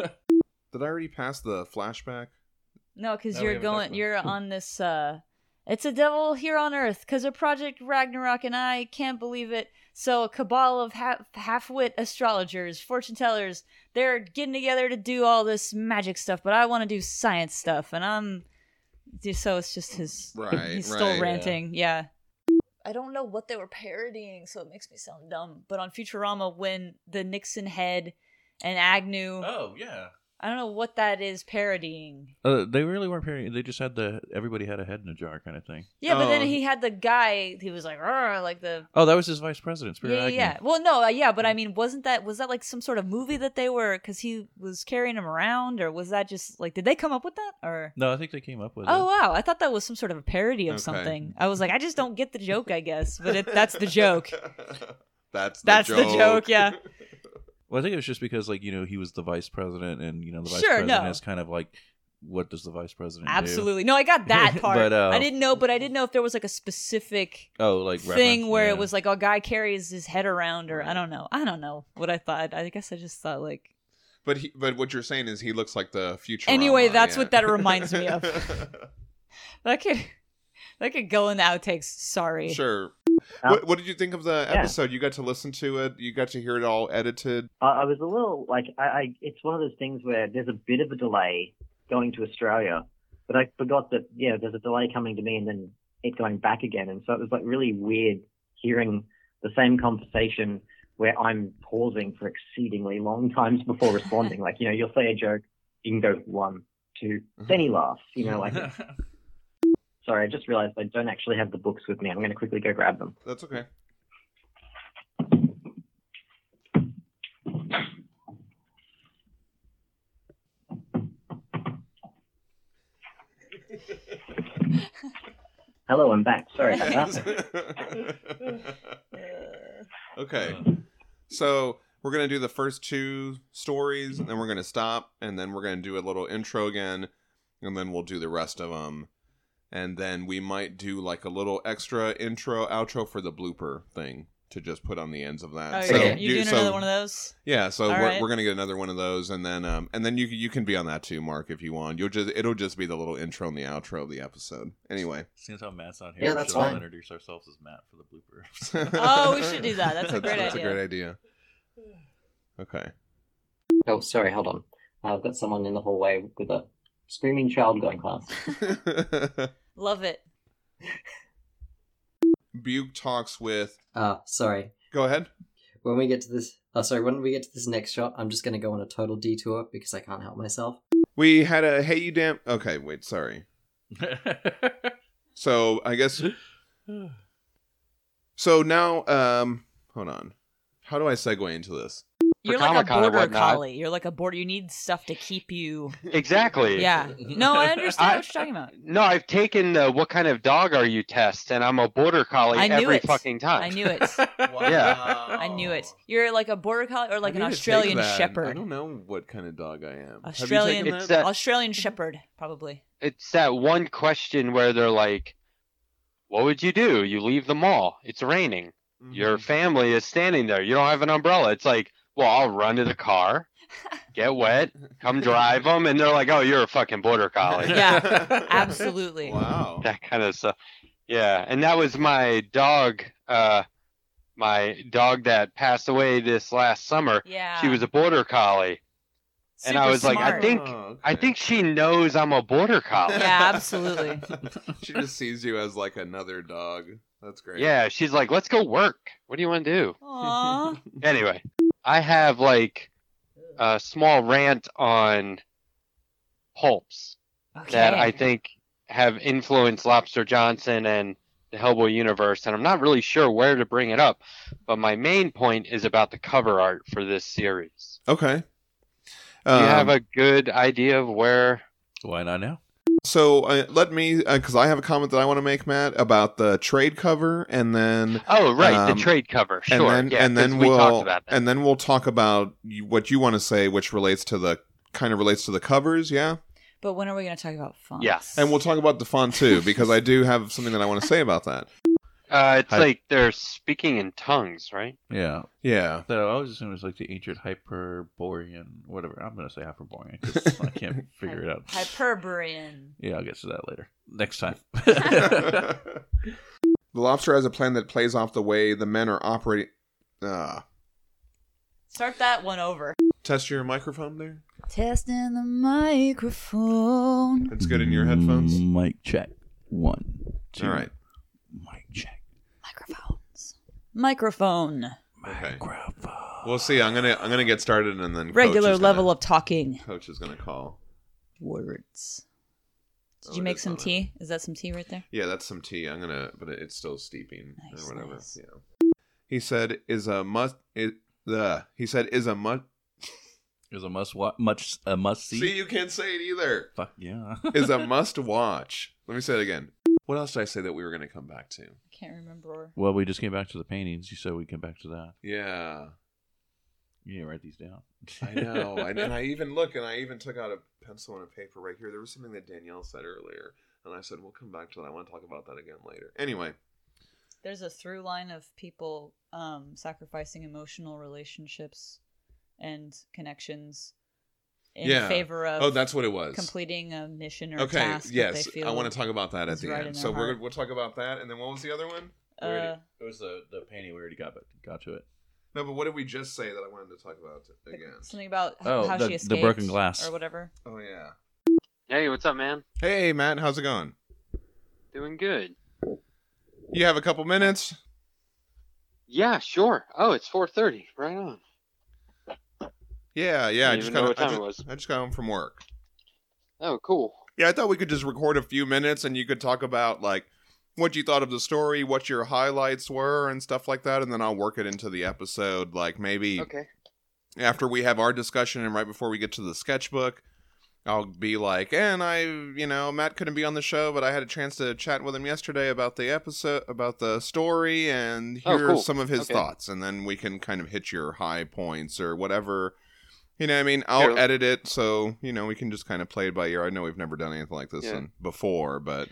Did I already pass the flashback?
No, because
No, we
you're
haven't talked
going.
about it.
You're on this. uh It's a devil here on earth because of Project Ragnarok, and I can't believe it. So a cabal of half half-wit astrologers, fortune tellers, they're getting together to do all this magic stuff, but I want to do science stuff, and I'm. So it's just his.
Right,
He's still
right.
ranting. Yeah. I don't know what they were parodying, so it makes me sound dumb. But on Futurama, when the Nixon head and Agnew.
Oh yeah.
I don't know what that is parodying.
Uh, they really weren't pairing. They just had the everybody had a head in a jar kind of thing.
Yeah, but then
Oh.
Um,
he had the guy. He was like, "Arr," like the
Oh, that was his vice president. Spiro
yeah, yeah,
Agnew.
yeah. Well, no, uh, yeah, but
Mm.
I mean, wasn't that was that like some sort of movie that they were because he was carrying him around, or was that just like did they come up with that or?
No, I think they came up with it.
Oh wow! I thought that was some sort of a parody of
Okay.
something. I was like, I just don't get the joke, I guess. But it, that's the joke.
That's the
That's
joke.
the joke. Yeah.
Well, I think it was just because like you know he was the vice president, and you know the vice
Sure,
president
no.
is kind of like what does the vice president do?
Absolutely. No, I got that part.
But, uh,
I didn't know, but I didn't know if there was like a specific
Oh, like reference,
thing where
yeah.
it was like a guy carries his head around, or I don't know. I don't know what I thought. I guess I just thought like.
But he, but what you're saying is he looks like the future.
Anyway, that's what that reminds me of. That could that could go in the outtakes. Sorry.
sure.
Uh,
what, what did you think of the
yeah.
episode? You got to listen to it. You got to hear it all edited.
I, I was a little like I, I it's one of those things where there's a bit of a delay going to Australia, but I forgot that yeah there's a delay coming to me and then it going back again, and so it was like really weird hearing the same conversation where I'm pausing for exceedingly long times before responding. like you know you'll say a joke, you can go one, two, then he laughs. You know like sorry, I just realized I don't actually have the books with me. I'm going to quickly go grab them.
That's okay.
Hello, I'm back. Sorry about that.
okay. So we're gonna do the first two stories, and then we're gonna stop, and then we're gonna do a little intro again, and then we'll do the rest of them, and then we might do like a little extra intro outro for the blooper thing to just put on the ends of that.
Oh,
So
you're, doing- you're
you-
doing
so-
another one of those?
Yeah, so
All
we're,
right.
we're gonna get another one of those, and then um, and then you you can be on that too, Mark, if you want. You'll just it'll just be the little intro and the outro of the episode. Anyway,
Seeing as how Matt's not here,
Yeah,
we
that's
should all
fine.
introduce ourselves as Matt for the blooper.
Oh, we should do that. That's a great
that's
idea.
a great idea. Okay.
Oh, sorry, hold on. I've got someone in the hallway with a screaming child going past.
Love it.
Buke talks with.
Ah, sorry.
Go ahead.
When we get to this, oh, sorry, when we get to this next shot, I'm just going to go on a total detour because I can't help myself.
We had a hey you damn. Okay, wait, sorry. So I guess. So now, um, hold on. How do I segue into this?
For
You're like a
Comic-Con and
border
whatnot.
collie. You're like a border. You need stuff to keep you.
Exactly.
Yeah. No, I understand what you're talking about.
No, I've taken the what kind of dog are you test, and I'm a border collie
I knew
every
it.
fucking time.
I knew it. I knew it. You're like a border collie or like
I
an
need to take
Australian
that. I
shepherd.
don't know what kind of dog I am. Have you
Australian-
taken
It's
that?
that-
Australian shepherd, probably.
It's that one question where they're like, "What would you do? You leave the mall. It's raining.
Mm-hmm.
Your family is standing there. You don't have an umbrella." It's like, "Well, I'll run to the car, get wet, come drive them," and they're like, "Oh, you're a fucking border collie."
Yeah, Absolutely.
Wow.
that kind of stuff. Yeah, and that was my dog. Uh, my dog that passed away this last summer.
Yeah.
She was a border collie.
Super
and I was like, I
smart.
think-
Oh,
I
okay.
think she knows I'm a border collie.
Yeah, absolutely.
she just sees you as like another dog. That's great.
Yeah, she's like, let's go work. What do you want to do?
Aww.
Anyway, I have like a small rant on pulps
Okay.
that I think have influenced Lobster Johnson and the Hellboy universe, and I'm not really sure where to bring it up. But my main point is about the cover art for this series.
Okay.
Do
Um,
you have a good idea of where?
Why not now?
so uh, let me because I have a comment that I want to make, Matt, about the trade cover, and then
Oh, right,
Um,
the trade cover. Sure.
and then
yeah,
and then
'cause we
will
talked about that.
and then we'll talk about you- what you want to say, which relates to the kind of relates to the covers, yeah.
But when are we going to talk about fonts?
Yeah.
And we'll talk about the font too, because I do have something that I want to say about that.
uh, it's
Hi.
like they're speaking in tongues, right?
Yeah.
Yeah.
So I was assuming it was like the ancient Hyperborean, whatever. I'm gonna say Hyperborean because I can't figure it out.
Hyperborean.
Yeah, I'll get to that later. Next time.
the lobster has a plan that plays off the way the men are operating. Uh,
Start that one over.
test your microphone there.
Testing the microphone.
It's good in your headphones.
Mic check. One. Two.
All right.
Mic check.
Microphones. Microphone.
Okay.
Microphone.
We'll see. I'm gonna I'm gonna get started and then
Regular
coach is
level
gonna,
of talking
coach is gonna call.
words. Did
Oh,
you
it
make
is
some
on it.
tea? Is that some tea right there?
Yeah, that's some tea. I'm gonna, but it's still steeping
Nice,
or whatever.
nice.
Yeah. He said is a must. It the he said is a must.
There's a must wa- much a must see.
See, you can't say it either.
Fuck yeah.
Is a must watch. Let me say it again. What else did I say that we were gonna come back to?
I can't remember.
well, we just came back to the paintings. You said we'd come back to that.
Yeah,
You didn't write these down.
I know. I, and I even look, and I even took out a pencil and a paper right here. There was something that Danielle said earlier, and I said we'll come back to that. I want to talk about that again later. Anyway,
There's a through line of people um, sacrificing emotional relationships and connections in
Yeah.
favor of
oh, that's what it was.
completing a mission or
okay.
task. that
yes,
they feel
I want to talk about that at
is
the
right in
end.
their
So we're,
heart.
we'll talk about that, and then what was the other one?
We already-
Uh,
it was the, the painting. We already got, but got to it.
No, but what did we just say that I wanted to talk about again?
something about h-
Oh,
how
the-
she
the
escaped
broken glass.
or whatever.
Oh yeah.
Hey, what's up, man?
Hey Matt, how's it going?
Doing good.
You have a couple minutes.
Yeah, sure. Oh, it's 4:30. Right on.
Yeah, yeah. I
Didn't
just
even
got.
know what
I,
time
just,
it was.
I just got home from work.
Oh, cool.
Yeah, I thought we could just record a few minutes and you could talk about like what you thought of the story, what your highlights were, and stuff like that, and then I'll work it into the episode. Like maybe
Okay.
after we have our discussion and right before we get to the sketchbook i'll be like and i you know matt couldn't be on the show but i had a chance to chat with him yesterday about the episode about the story and here
Oh,
are
cool.
some of his
Okay.
thoughts and then we can kind of hit your high points or whatever you know what i mean i'll
Sure.
edit it so you know we can just kind of play it by ear i know we've never done anything like this
Yeah.
in- before but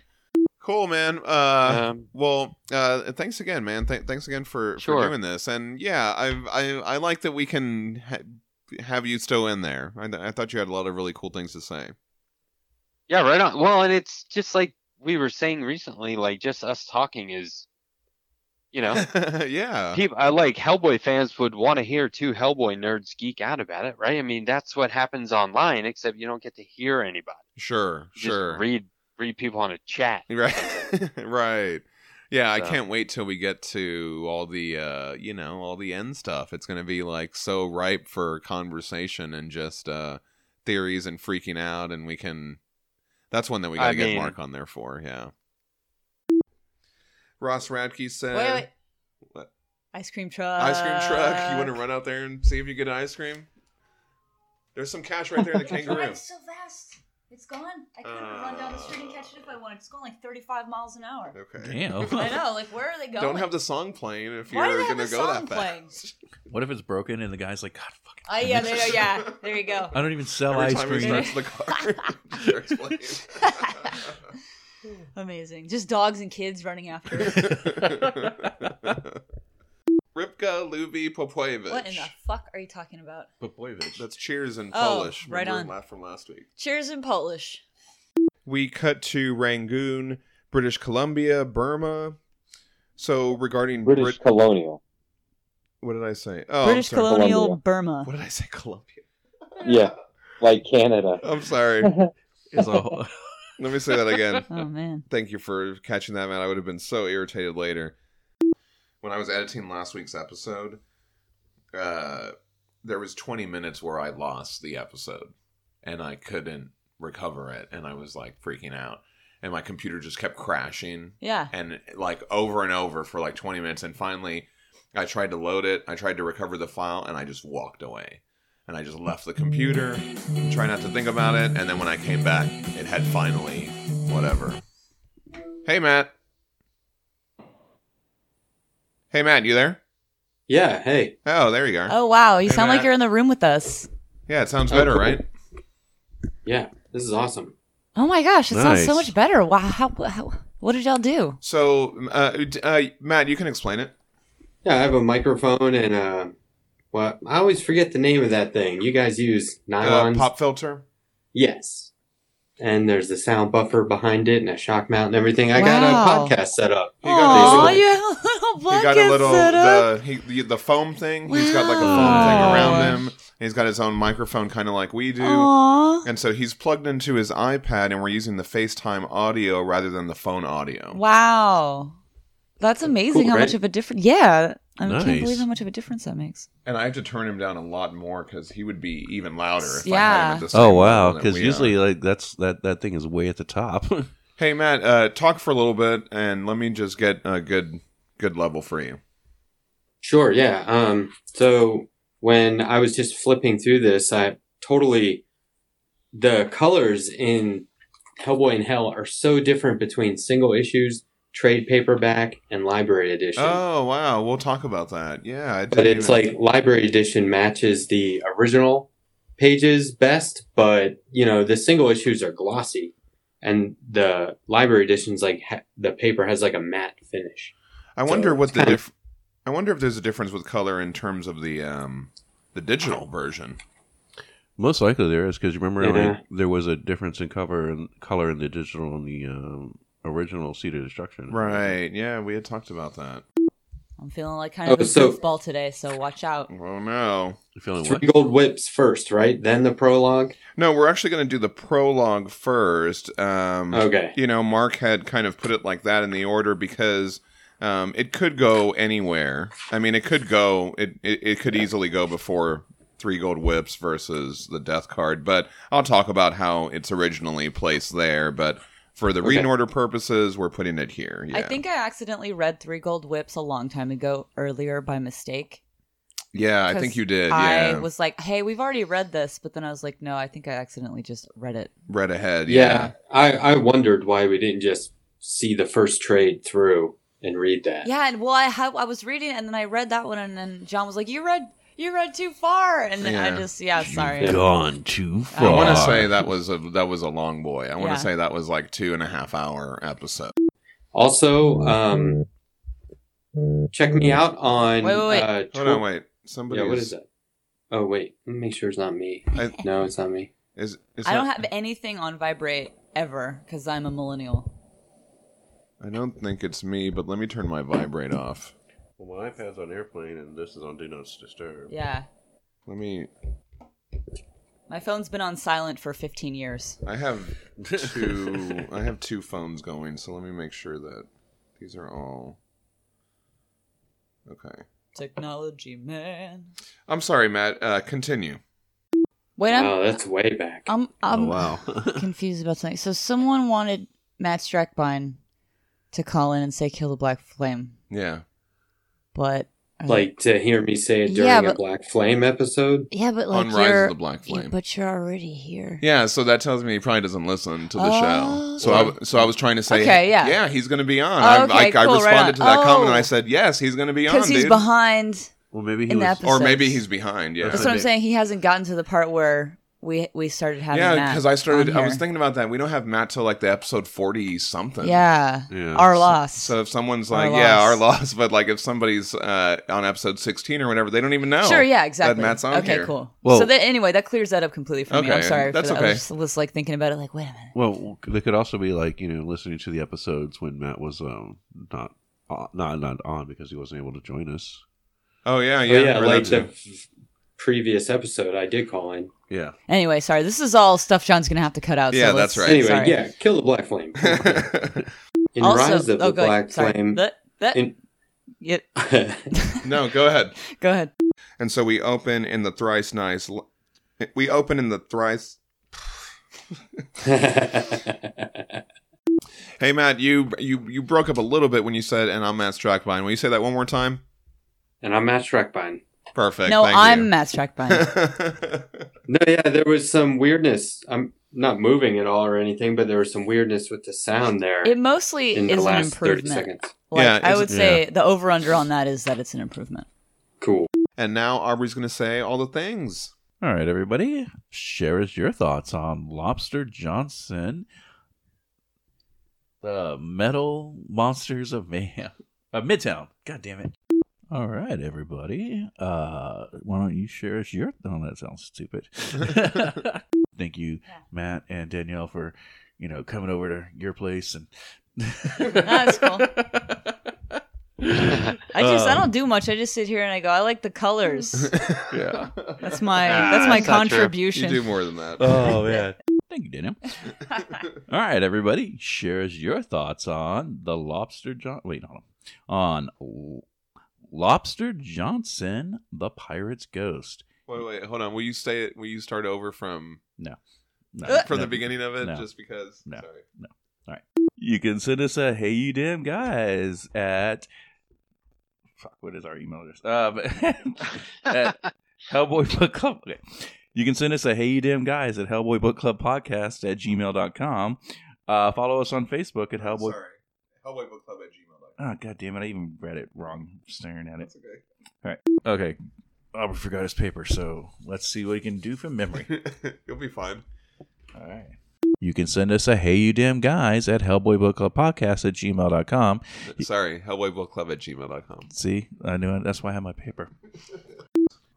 cool man uh
um,
well, uh, thanks again, man. Th- thanks again for, for
Sure.
doing this. And yeah, I I I like that we can ha- have you still in there. I, th- I thought you had a lot of really cool things to say.
yeah, right on. Well, and it's just like we were saying recently, like just us talking is, you know,
yeah.
people. I like Hellboy fans would want to hear two Hellboy nerds geek out about it, right? I mean, that's what happens online, except you don't get to hear anybody.
Sure.
You just
Sure.
read read people on a chat.
right. right. Yeah, I
So.
can't wait till we get to all the uh, you know, all the end stuff. It's going to be like so ripe for conversation and just uh theories and freaking out and we can That's one that we got
I
to get
mean-
Mark on there for, yeah. Ross Radke said
wait, wait.
Uh, What?
Ice cream truck.
Ice cream truck. You want to
uh,
run out there and see if you get ice cream? There's some cash right there in the kangaroo.
It's so fast. It's gone. I
couldn't run down the street and catch it
if I wanted. It's going like 35 miles an hour.
Okay.
I
Damn.
know. Like, where are they going?
Don't have the song playing if
Why do
you're
they have
gonna
the
go that
song playing?
fast.
what if it's broken and the guy's like, God, fuck it.
Oh yeah, there, you go. yeah. There you go.
I don't even sell
Every
ice
time he
cream.
starts the car, he starts
Amazing. Just dogs and kids running after it.
playing. Ripka Luby Popoyevich.
what in the fuck are you talking about?
Popovich.
That's cheers in
Oh,
Polish.
right
Remember
on.
la- From last week.
Cheers in Polish.
We cut to Rangoon, British Columbia, Burma. So regarding
British
Brit-
colonial.
what did I say? Oh, I'm
British
sorry.
colonial
Columbia.
Burma.
What did I say? Columbia.
Yeah, like Canada.
I'm sorry.
It's a whole-
Let me say that again.
Oh man.
Thank you for catching that, man. I would have been so irritated later. When I was editing last week's episode, uh, there was 20 minutes where I lost the episode and I couldn't recover it, and I was like freaking out, and my computer just kept crashing
Yeah.
and like over and over for like 20 minutes and finally i tried to load it i tried to recover the file and i just walked away and i just left the computer try not to think about it and then when i came back it had finally whatever hey matt hey matt you there
Yeah, hey.
oh there you are
Oh wow. You
Hey,
sound like
Matt.
you're in the room with us.
yeah it sounds
Oh,
better
cool.
right
Yeah, this is awesome.
Oh my gosh, it sounds so
Nice.
much better. Wow. How, how, what did y'all do?
so uh, d- uh, matt you can explain it
Yeah, I have a microphone and uh what I always forget the name of that thing. You guys use
uh,
nylons.
pop filter
Yes. And there's a sound buffer behind it and a shock mount and everything. I
Wow.
got a podcast set up.
You got
Aw,
a-
you have a little
he
blanket
got a little uh,
set up.
the, he, the the foam thing. He's got like a foam thing
Wow.
around him. He's got his own microphone, kind of like we do.
Oh. Aw.
And so he's plugged into his iPad, and we're using the FaceTime audio rather than the phone audio.
Wow. That's amazing how
right?
much of a difference. Yeah. I
Nice.
can't believe how much of a difference that makes.
And I have to turn him down a lot more because he would be even louder if I had
Yeah.
him at the same
Oh wow,
level that
because
we
usually
are.
like that's that that thing is way at the top.
Hey Matt, uh, talk for a little bit and let me just get a good good level for you.
Sure, yeah. Um, so when I was just flipping through this, I totally the colors in Hellboy and Hell are so different between single issues, trade paperback, and library edition.
Oh wow, we'll talk about that. Yeah, I
but
didn't
it's
even-
like library edition matches the original pages best, but you know the single issues are glossy, and the library edition's like ha- the paper has like a matte finish.
I wonder what the
kind of-
diff- I wonder if there's a difference with color in terms of the um the digital version.
Most likely there is because remember
Yeah.
like, there was a difference in cover and color in the digital and the um, original Seed of Destruction.
Right. Yeah, we had talked about that.
I'm feeling like kind of
Oh,
a
so-
goofball today, so watch out.
Oh no.
You feeling
Three
what?
gold whips first, right? Then the prologue.
No, we're actually going to do the prologue first. Um,
Okay.
You know, Mark had kind of put it like that in the order because um, it could go anywhere. I mean, it could go. It it, it could easily go before three gold whips versus the death card. But I'll talk about how it's originally placed there. But for the read
Okay.
and order purposes, we're putting it here. Yeah.
I think I accidentally read Three Gold Whips a long time ago earlier by mistake.
Yeah, I
'cause
think you did.
I
Uh, yeah.
was like, hey, we've already read this, but then I was like, no, I think I accidentally just read it.
Read ahead.
Yeah,
Yeah.
I, I wondered why we didn't just see the first trade through and read that.
Yeah, and well, I have I was reading it, and then I read that one, and then John was like, "You read, you read too far," and then
Yeah.
I just, yeah, sorry,
You've Gone too far.
I want to say that was a that was a long boy. I want to
Yeah.
say that was like two and a half hour episode.
Also, um, check me out on.
Wait, wait, wait.
Uh,
Hold
Twi-
on, wait. Somebody.
Yeah, what is that? Oh wait, let me make sure it's not me.
I-
No, it's not me.
Is, is
I don't
that-
have anything on vibrate ever because I'm a millennial.
I don't think it's me, but let me turn my vibrate off.
Well, my iPad's on airplane and this is on Do Not Disturb.
Yeah,
Let me.
my phone's been on silent for 15 years.
I have two. I have two phones going, so let me make sure that these are all. Okay.
Technology man.
I'm sorry, Matt. Uh, continue.
Wait, I'm
oh, that's way back.
I'm I'm
Oh, wow.
confused about something. So someone wanted Matt Strackbine to call in and say "Kill the Black Flame,"
Yeah.
but
like to hear me say it during
Yeah,
a
but-
Black Flame episode.
yeah, but
On
like
Rise
you're,
of the Black
you-
Flame.
but you're already here.
Yeah, so that tells me he probably doesn't listen to the
Oh.
show. So I, w- so I was trying to say,
Okay, yeah.
yeah, he's going to be on.
Oh,
I- I,
okay,
I
cool, right
responded
on.
to that comment and I
Oh.
said, yes, he's going to be on,
Because
dude.
he's behind.
Well, maybe he
In the
was.
episode.
or maybe he's behind. Yeah,
That's what
That's what
I
I'm
did.
saying. He hasn't gotten to the part where we we started having.
yeah,
Matt
because I started.
on
I was
here.
thinking about that. We don't have Matt till like the episode forty something.
Yeah,
Yeah.
our loss.
So if someone's
Our
like, yeah,
loss.
our loss, but like if somebody's uh, on episode sixteen or whatever, they don't even know.
sure, yeah, exactly.
Oh, Matt's on
okay,
here.
cool.
Well-
so that anyway, that clears that up completely for me. I'm
Okay,
sorry.
that's
for that. I
okay.
was, just, was, like thinking about it, like, wait a minute.
Well, they could also be like you know listening to the episodes when Matt was um not on, not not on because he wasn't able to join us.
Oh yeah,
Oh,
yeah.
Yeah,
right
like
on.
the f- previous episode, I did call in.
Yeah.
Anyway, sorry. This is all stuff John's gonna have to cut out.
Yeah,
so let's-
that's right.
Anyway,
sorry.
yeah, kill the Black Flame. In
Also,
Rise of
oh,
the
go ahead.
Black
Sorry.
Flame.
That, that,
in-
yeah,
no, go ahead.
go ahead.
And so we open in the thrice nice. l- We open in the thrice. Hey Matt, you you you broke up a little bit when you said, "And I'm Matt Strackbine." Will you say that one more time?
and I'm Matt Schreckbein.
Perfect.
No,
thank
I'm
you.
Matt Strackbine.
No, yeah, there was some weirdness. I'm not moving at all or anything, but there was some weirdness with the sound there
it mostly
in the
is an
last thirty
improvement.
seconds.
Like,
Yeah,
I
it's-
would say the over under on that is that it's an improvement.
Cool.
and now Aubrey's going to say all the things.
All right, everybody, share us your thoughts on Lobster Johnson, the Metal Monsters of Mayhem, uh, Midtown. God damn it! All right, everybody, uh, why don't you share us your? Oh, that sounds stupid. Thank you, Matt and Danielle, for you know coming over to your place and.
That's cool. I
Uh.
just I
Um,
don't do much. I just sit here and I go. I like the colors.
Yeah.
That's my
Ah,
that's my
that's not true.
You
contribution.
do more than that.
Uh.
Oh man. Thank you, Daniel. All right, everybody, shares your thoughts on the lobster John. Wait, hold on. On L- Lobster Johnson, the pirate's ghost.
Wait, wait, hold on. Will you say it? Will you start over from
No.
from
no,
the beginning of it?
no.
Just because.
No.
Sorry.
No. All right. You can send us a hey you damn guys at fuck what is our email address? Um, at Hellboy Book Club. Okay. You can send us a hey you damn guys at Hellboy Book Club Podcast at gmail.com. Uh, follow us on Facebook at Hellboy.
Sorry. Hellboy Book Club at gmail.
Oh god damn it! I even read it wrong. Staring at it.
That's okay.
All right. Okay. Albert forgot his paper, so let's see what he can do from memory.
You'll be fine.
All right. You can send us a hey you damn guys at Hellboy Book Club Podcast at gmail.com.
Sorry, hellboybookclub at gmail.com.
See, I knew it. That's why I have my paper.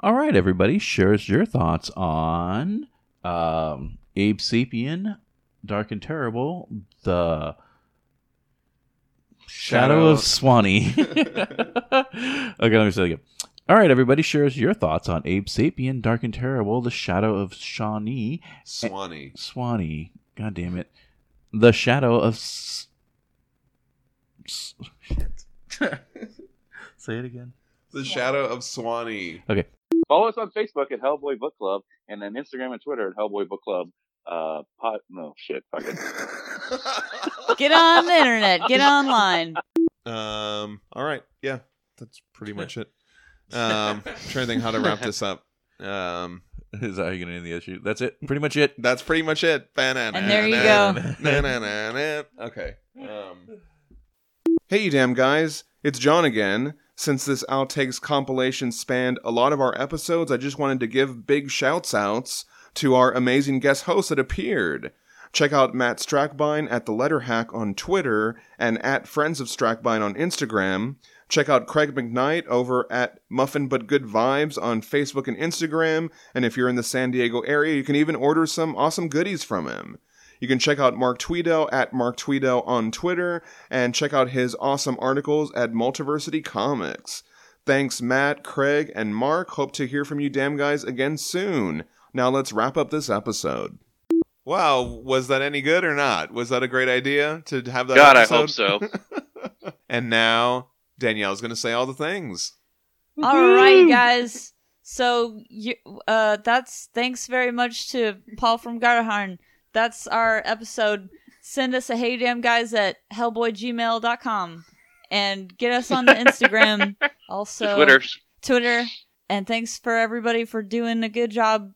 All right, everybody, share us your thoughts on um, Abe Sapien, Dark and Terrible, The Shadow, of Swanee. okay, let me say it again. All right, everybody, share us your thoughts on Abe Sapien, Dark and Terrible, The Shadow of Shawnee,
Swanee.
Swanee. God damn it. The Shadow of. S- S- Say it again.
The Shadow of Swanee.
Okay.
Follow us on Facebook at Hellboy Book Club and then Instagram and Twitter at Hellboy Book Club. Uh, pot, no shit, fuck it.
Get on the internet. Get online.
Um. All right. Yeah. That's pretty much it. Um. trying to think how to wrap this up. Um.
Is that how you're gonna end the issue? That's it. Pretty much it.
That's pretty much it. And
there you go.
Okay. Um. Hey, you damn guys. It's John again. Since this outtakes compilation spanned a lot of our episodes, I just wanted to give big shouts outs to our amazing guest hosts that appeared. Check out Matt Strackbine at The Letter Hack on Twitter and at Friends of Strackbine on Instagram. Check out Craig McKnight over at Muffin But Good Vibes on Facebook and Instagram. And if you're in the San Diego area, you can even order some awesome goodies from him. You can check out Mark Tweedo at Mark Tweedo on Twitter and check out his awesome articles at Multiversity Comics. Thanks, Matt, Craig, and Mark. Hope to hear from you damn guys again soon. Now let's wrap up this episode. Wow, was that any good or not? Was that a great idea to have that
God, I
episode?
hope so.
and now Danielle's going to say all the things.
All right, guys. So you, uh, that's thanks very much to Paul from Gardaharn. That's our episode. Send us a hey damn guys at hellboygmail.com and get us on the Instagram, also
Twitter.
Twitter. And thanks for everybody for doing a good job,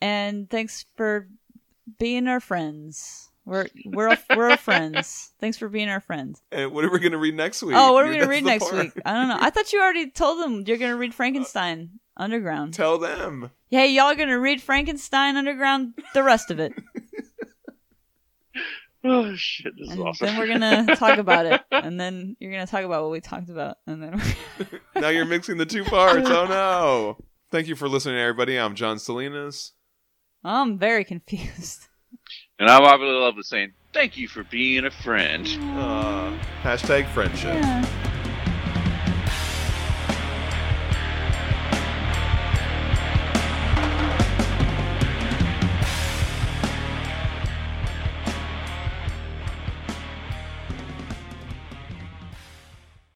and thanks for being our friends. We're we're we're friends. Thanks for being our friends.
And what are we going to read next week?
Oh, what are we
That's
gonna read
the
next
part.
week? I don't know. I thought you already told them you're gonna read Frankenstein Underground.
Tell them.
Hey, y'all gonna read Frankenstein Underground? The rest of it,
Oh shit, this is
and
awesome.
then we're gonna talk about it, and then you're gonna talk about what we talked about, and then
now you're mixing the two parts. Oh no. Thank you for listening, everybody. I'm John Salinas.
I'm very confused.
And I'm obviously love saying thank you for being a friend.
Uh, hashtag friendship.
Yeah.